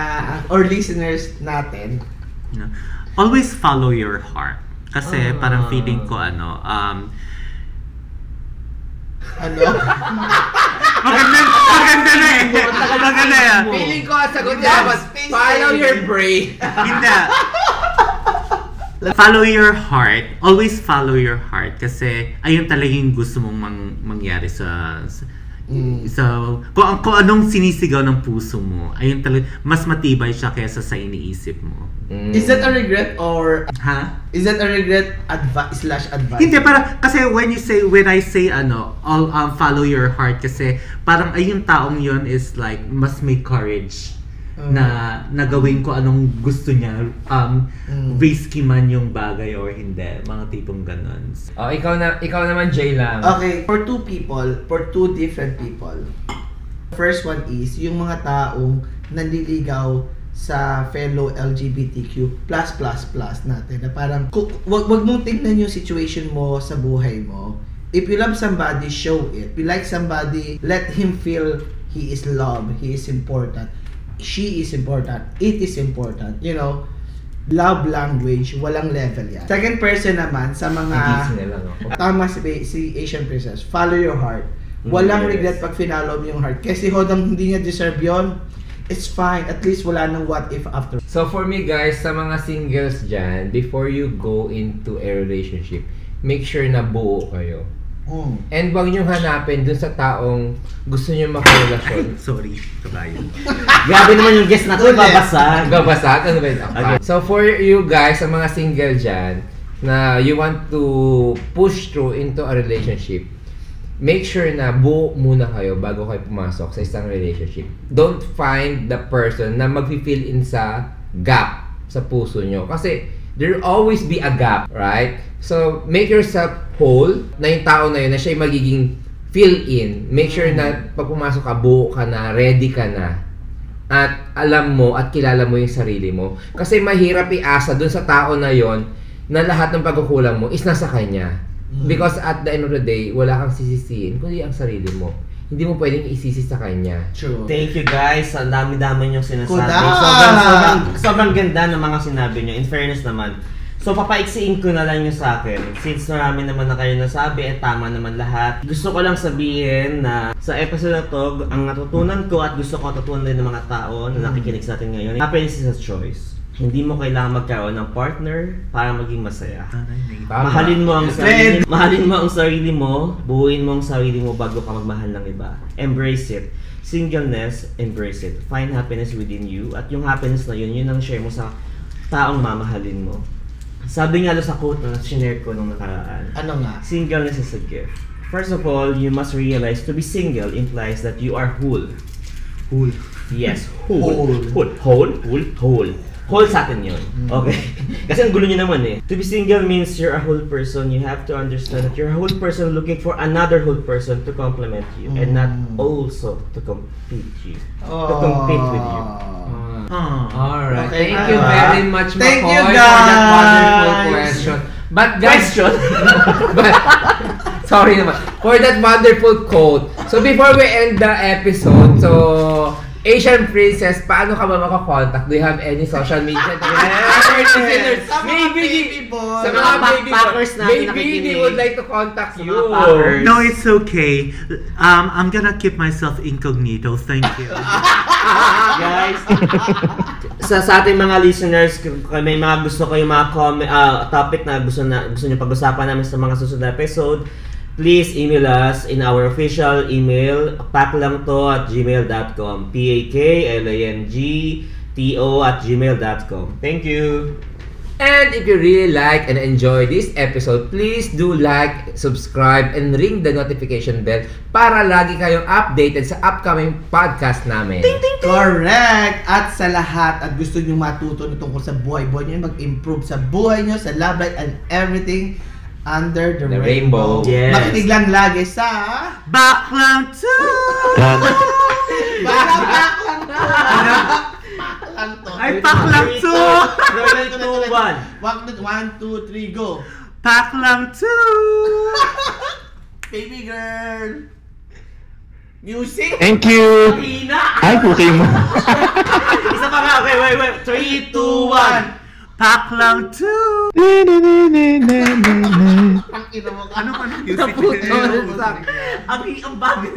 or listeners natin? No. Always follow your heart. Ah. Kasi parang feeling ko ano, um, Ano? maganda, maganda na eh. Maganda na eh. Feeling ko ang sagot niya That's dapat, space follow saving. your brain. Hindi. Follow your heart. Always follow your heart. Kasi ayun talaga yung gusto mong mang- mangyari sa... sa So, kung, kung anong sinisigaw ng puso mo, ayun talaga, mas matibay siya kaysa sa iniisip mo. Mm. Is that a regret or Ha? is that a regret advice slash advice? Hindi, para kasi when you say, when I say ano, all um, follow your heart kasi parang ay yung taong yun is like mas may courage na nagawin ko anong gusto niya um Mm. risky man yung bagay or hindi mga tipong ganun Oh, ikaw, na, ikaw naman, Jay lang. Okay, for two people, for two different people. First one is yung mga taong nanliligaw sa fellow LGBTQ plus plus plus natin na parang ku- wag, wag mong tingnan yung situation mo sa buhay mo if you love somebody show it if you like somebody let him feel he is loved he is important she is important it is important you know love language walang level yan second person naman sa mga Nagising na lang ako. Tama si, Ba- si Asian Princess. Follow your heart. Walang Yes. regret pag finallow mo yung heart. Kasi hodang hindi niya deserve yon it's fine. At least wala nang what if after. So for me guys, sa mga singles dyan, before you go into a relationship, make sure na buo kayo. Mm. And wag niyong hanapin dun sa taong gusto niyo makarelasyon. sorry kabayo grabe naman yung guest natin, Ulit. Ang babasa. babasa, ano ba yun? So for you guys, sa mga single dyan, na you want to push through into a relationship, make sure na buo muna kayo bago kayo pumasok sa isang relationship. Don't find the person na mag-fill in sa gap sa puso nyo. Kasi there will always be a gap, right? So make yourself whole na yung tao na yun na siya yung magiging fill in. Make sure na pag pumasok ka, buo ka na, ready ka na at alam mo at kilala mo yung sarili mo. Kasi mahirap iasa dun sa tao na yon na lahat ng pagkukulang mo is nasa kanya. Because at the end of the day, wala kang sisisiin kundi ang sarili mo. Hindi mo pwedeng isisi sa kanya. True. Thank you guys. Ang dami-dami niyong sinasabi. Kuda! Sobrang, sobrang, sobrang ganda ng mga sinabi niyo. In fairness naman. So, papaiksiin ko na lang yung sa akin. Since marami naman na kayo nasabi at tama naman lahat. Gusto ko lang sabihin na sa episode na to, ang natutunan ko at gusto ko tutunan din ng mga tao na nakikinig sa atin ngayon, happiness is a choice. Hindi mo kailangan magkaroon ng partner para maging masaya. Tama. Mahalin mo ang sarili, mahalin mo ang sarili mo, buuin mo ang sarili mo bago ka magmahal ng iba. Embrace it. Singleness, embrace it. Find happiness within you at yung happiness na yun, yun ang share mo sa taong mamahalin mo. Sabi nga doon sa quote na sinare ko nung nakaraan, Ano nga? Singleness is a gift. First of all, you must realize to be single implies that you are whole. Whole. Yes, whole. Whole. Whole, whole, whole, whole. Whole sa atin yun. Okay? Kasi ang gulo niya naman eh. To be single means you're a whole person. You have to understand that you're a whole person looking for another whole person to complement you and not also to compete you. Oh. Ah. To compete with you. Alright. Okay, Thank you tama. very much, Thank Makoy, you, for that wonderful guys. question. But guys, but, sorry naman. For that wonderful quote. So before we end the episode, so Asian Princess, paano ka ba makakontakt? Do you have any social media? Yes. listeners, Sa mga maybe, baby boy. Sa Sa mga mga baby boy. backpackers natin Maybe they nakikinig. would like to contact you. mga packers. No, it's okay. Um, I'm gonna keep myself incognito. Thank you. guys. sa sa ating mga listeners, kung may mga gusto kayo mga comment, ah, topic na gusto na gusto niyo pag-usapan namin sa mga susunod na episode, please email us in our official email paklamto at gmail.com p a k l a n g t o at gmail.com. Thank you. And if you really like and enjoy this episode, please do like, subscribe, and ring the notification bell para lagi kayong updated sa upcoming podcast namin. Correct! At sa lahat at gusto nyo matuto na tungkol sa buhay-buhay nyo, mag-improve sa buhay nyo, sa love life, and everything under the, The rainbow. rainbow. Yes. Makinig lang lagi sa... Baklang too! Para back lang to! Ano? Back lang to! Ay, paklang too! Three, two, one. One, two, one, two, three, go! Paklang too! Baby girl! Music! Thank you! Hina! Ay, puki mo. Isa pa nga. Wait, wait, wait. Three, two, one. Paklang too! Na-na-na-na-na-na. Ang ina mo ka. Ano pa ng Naputol. Ang ang bagay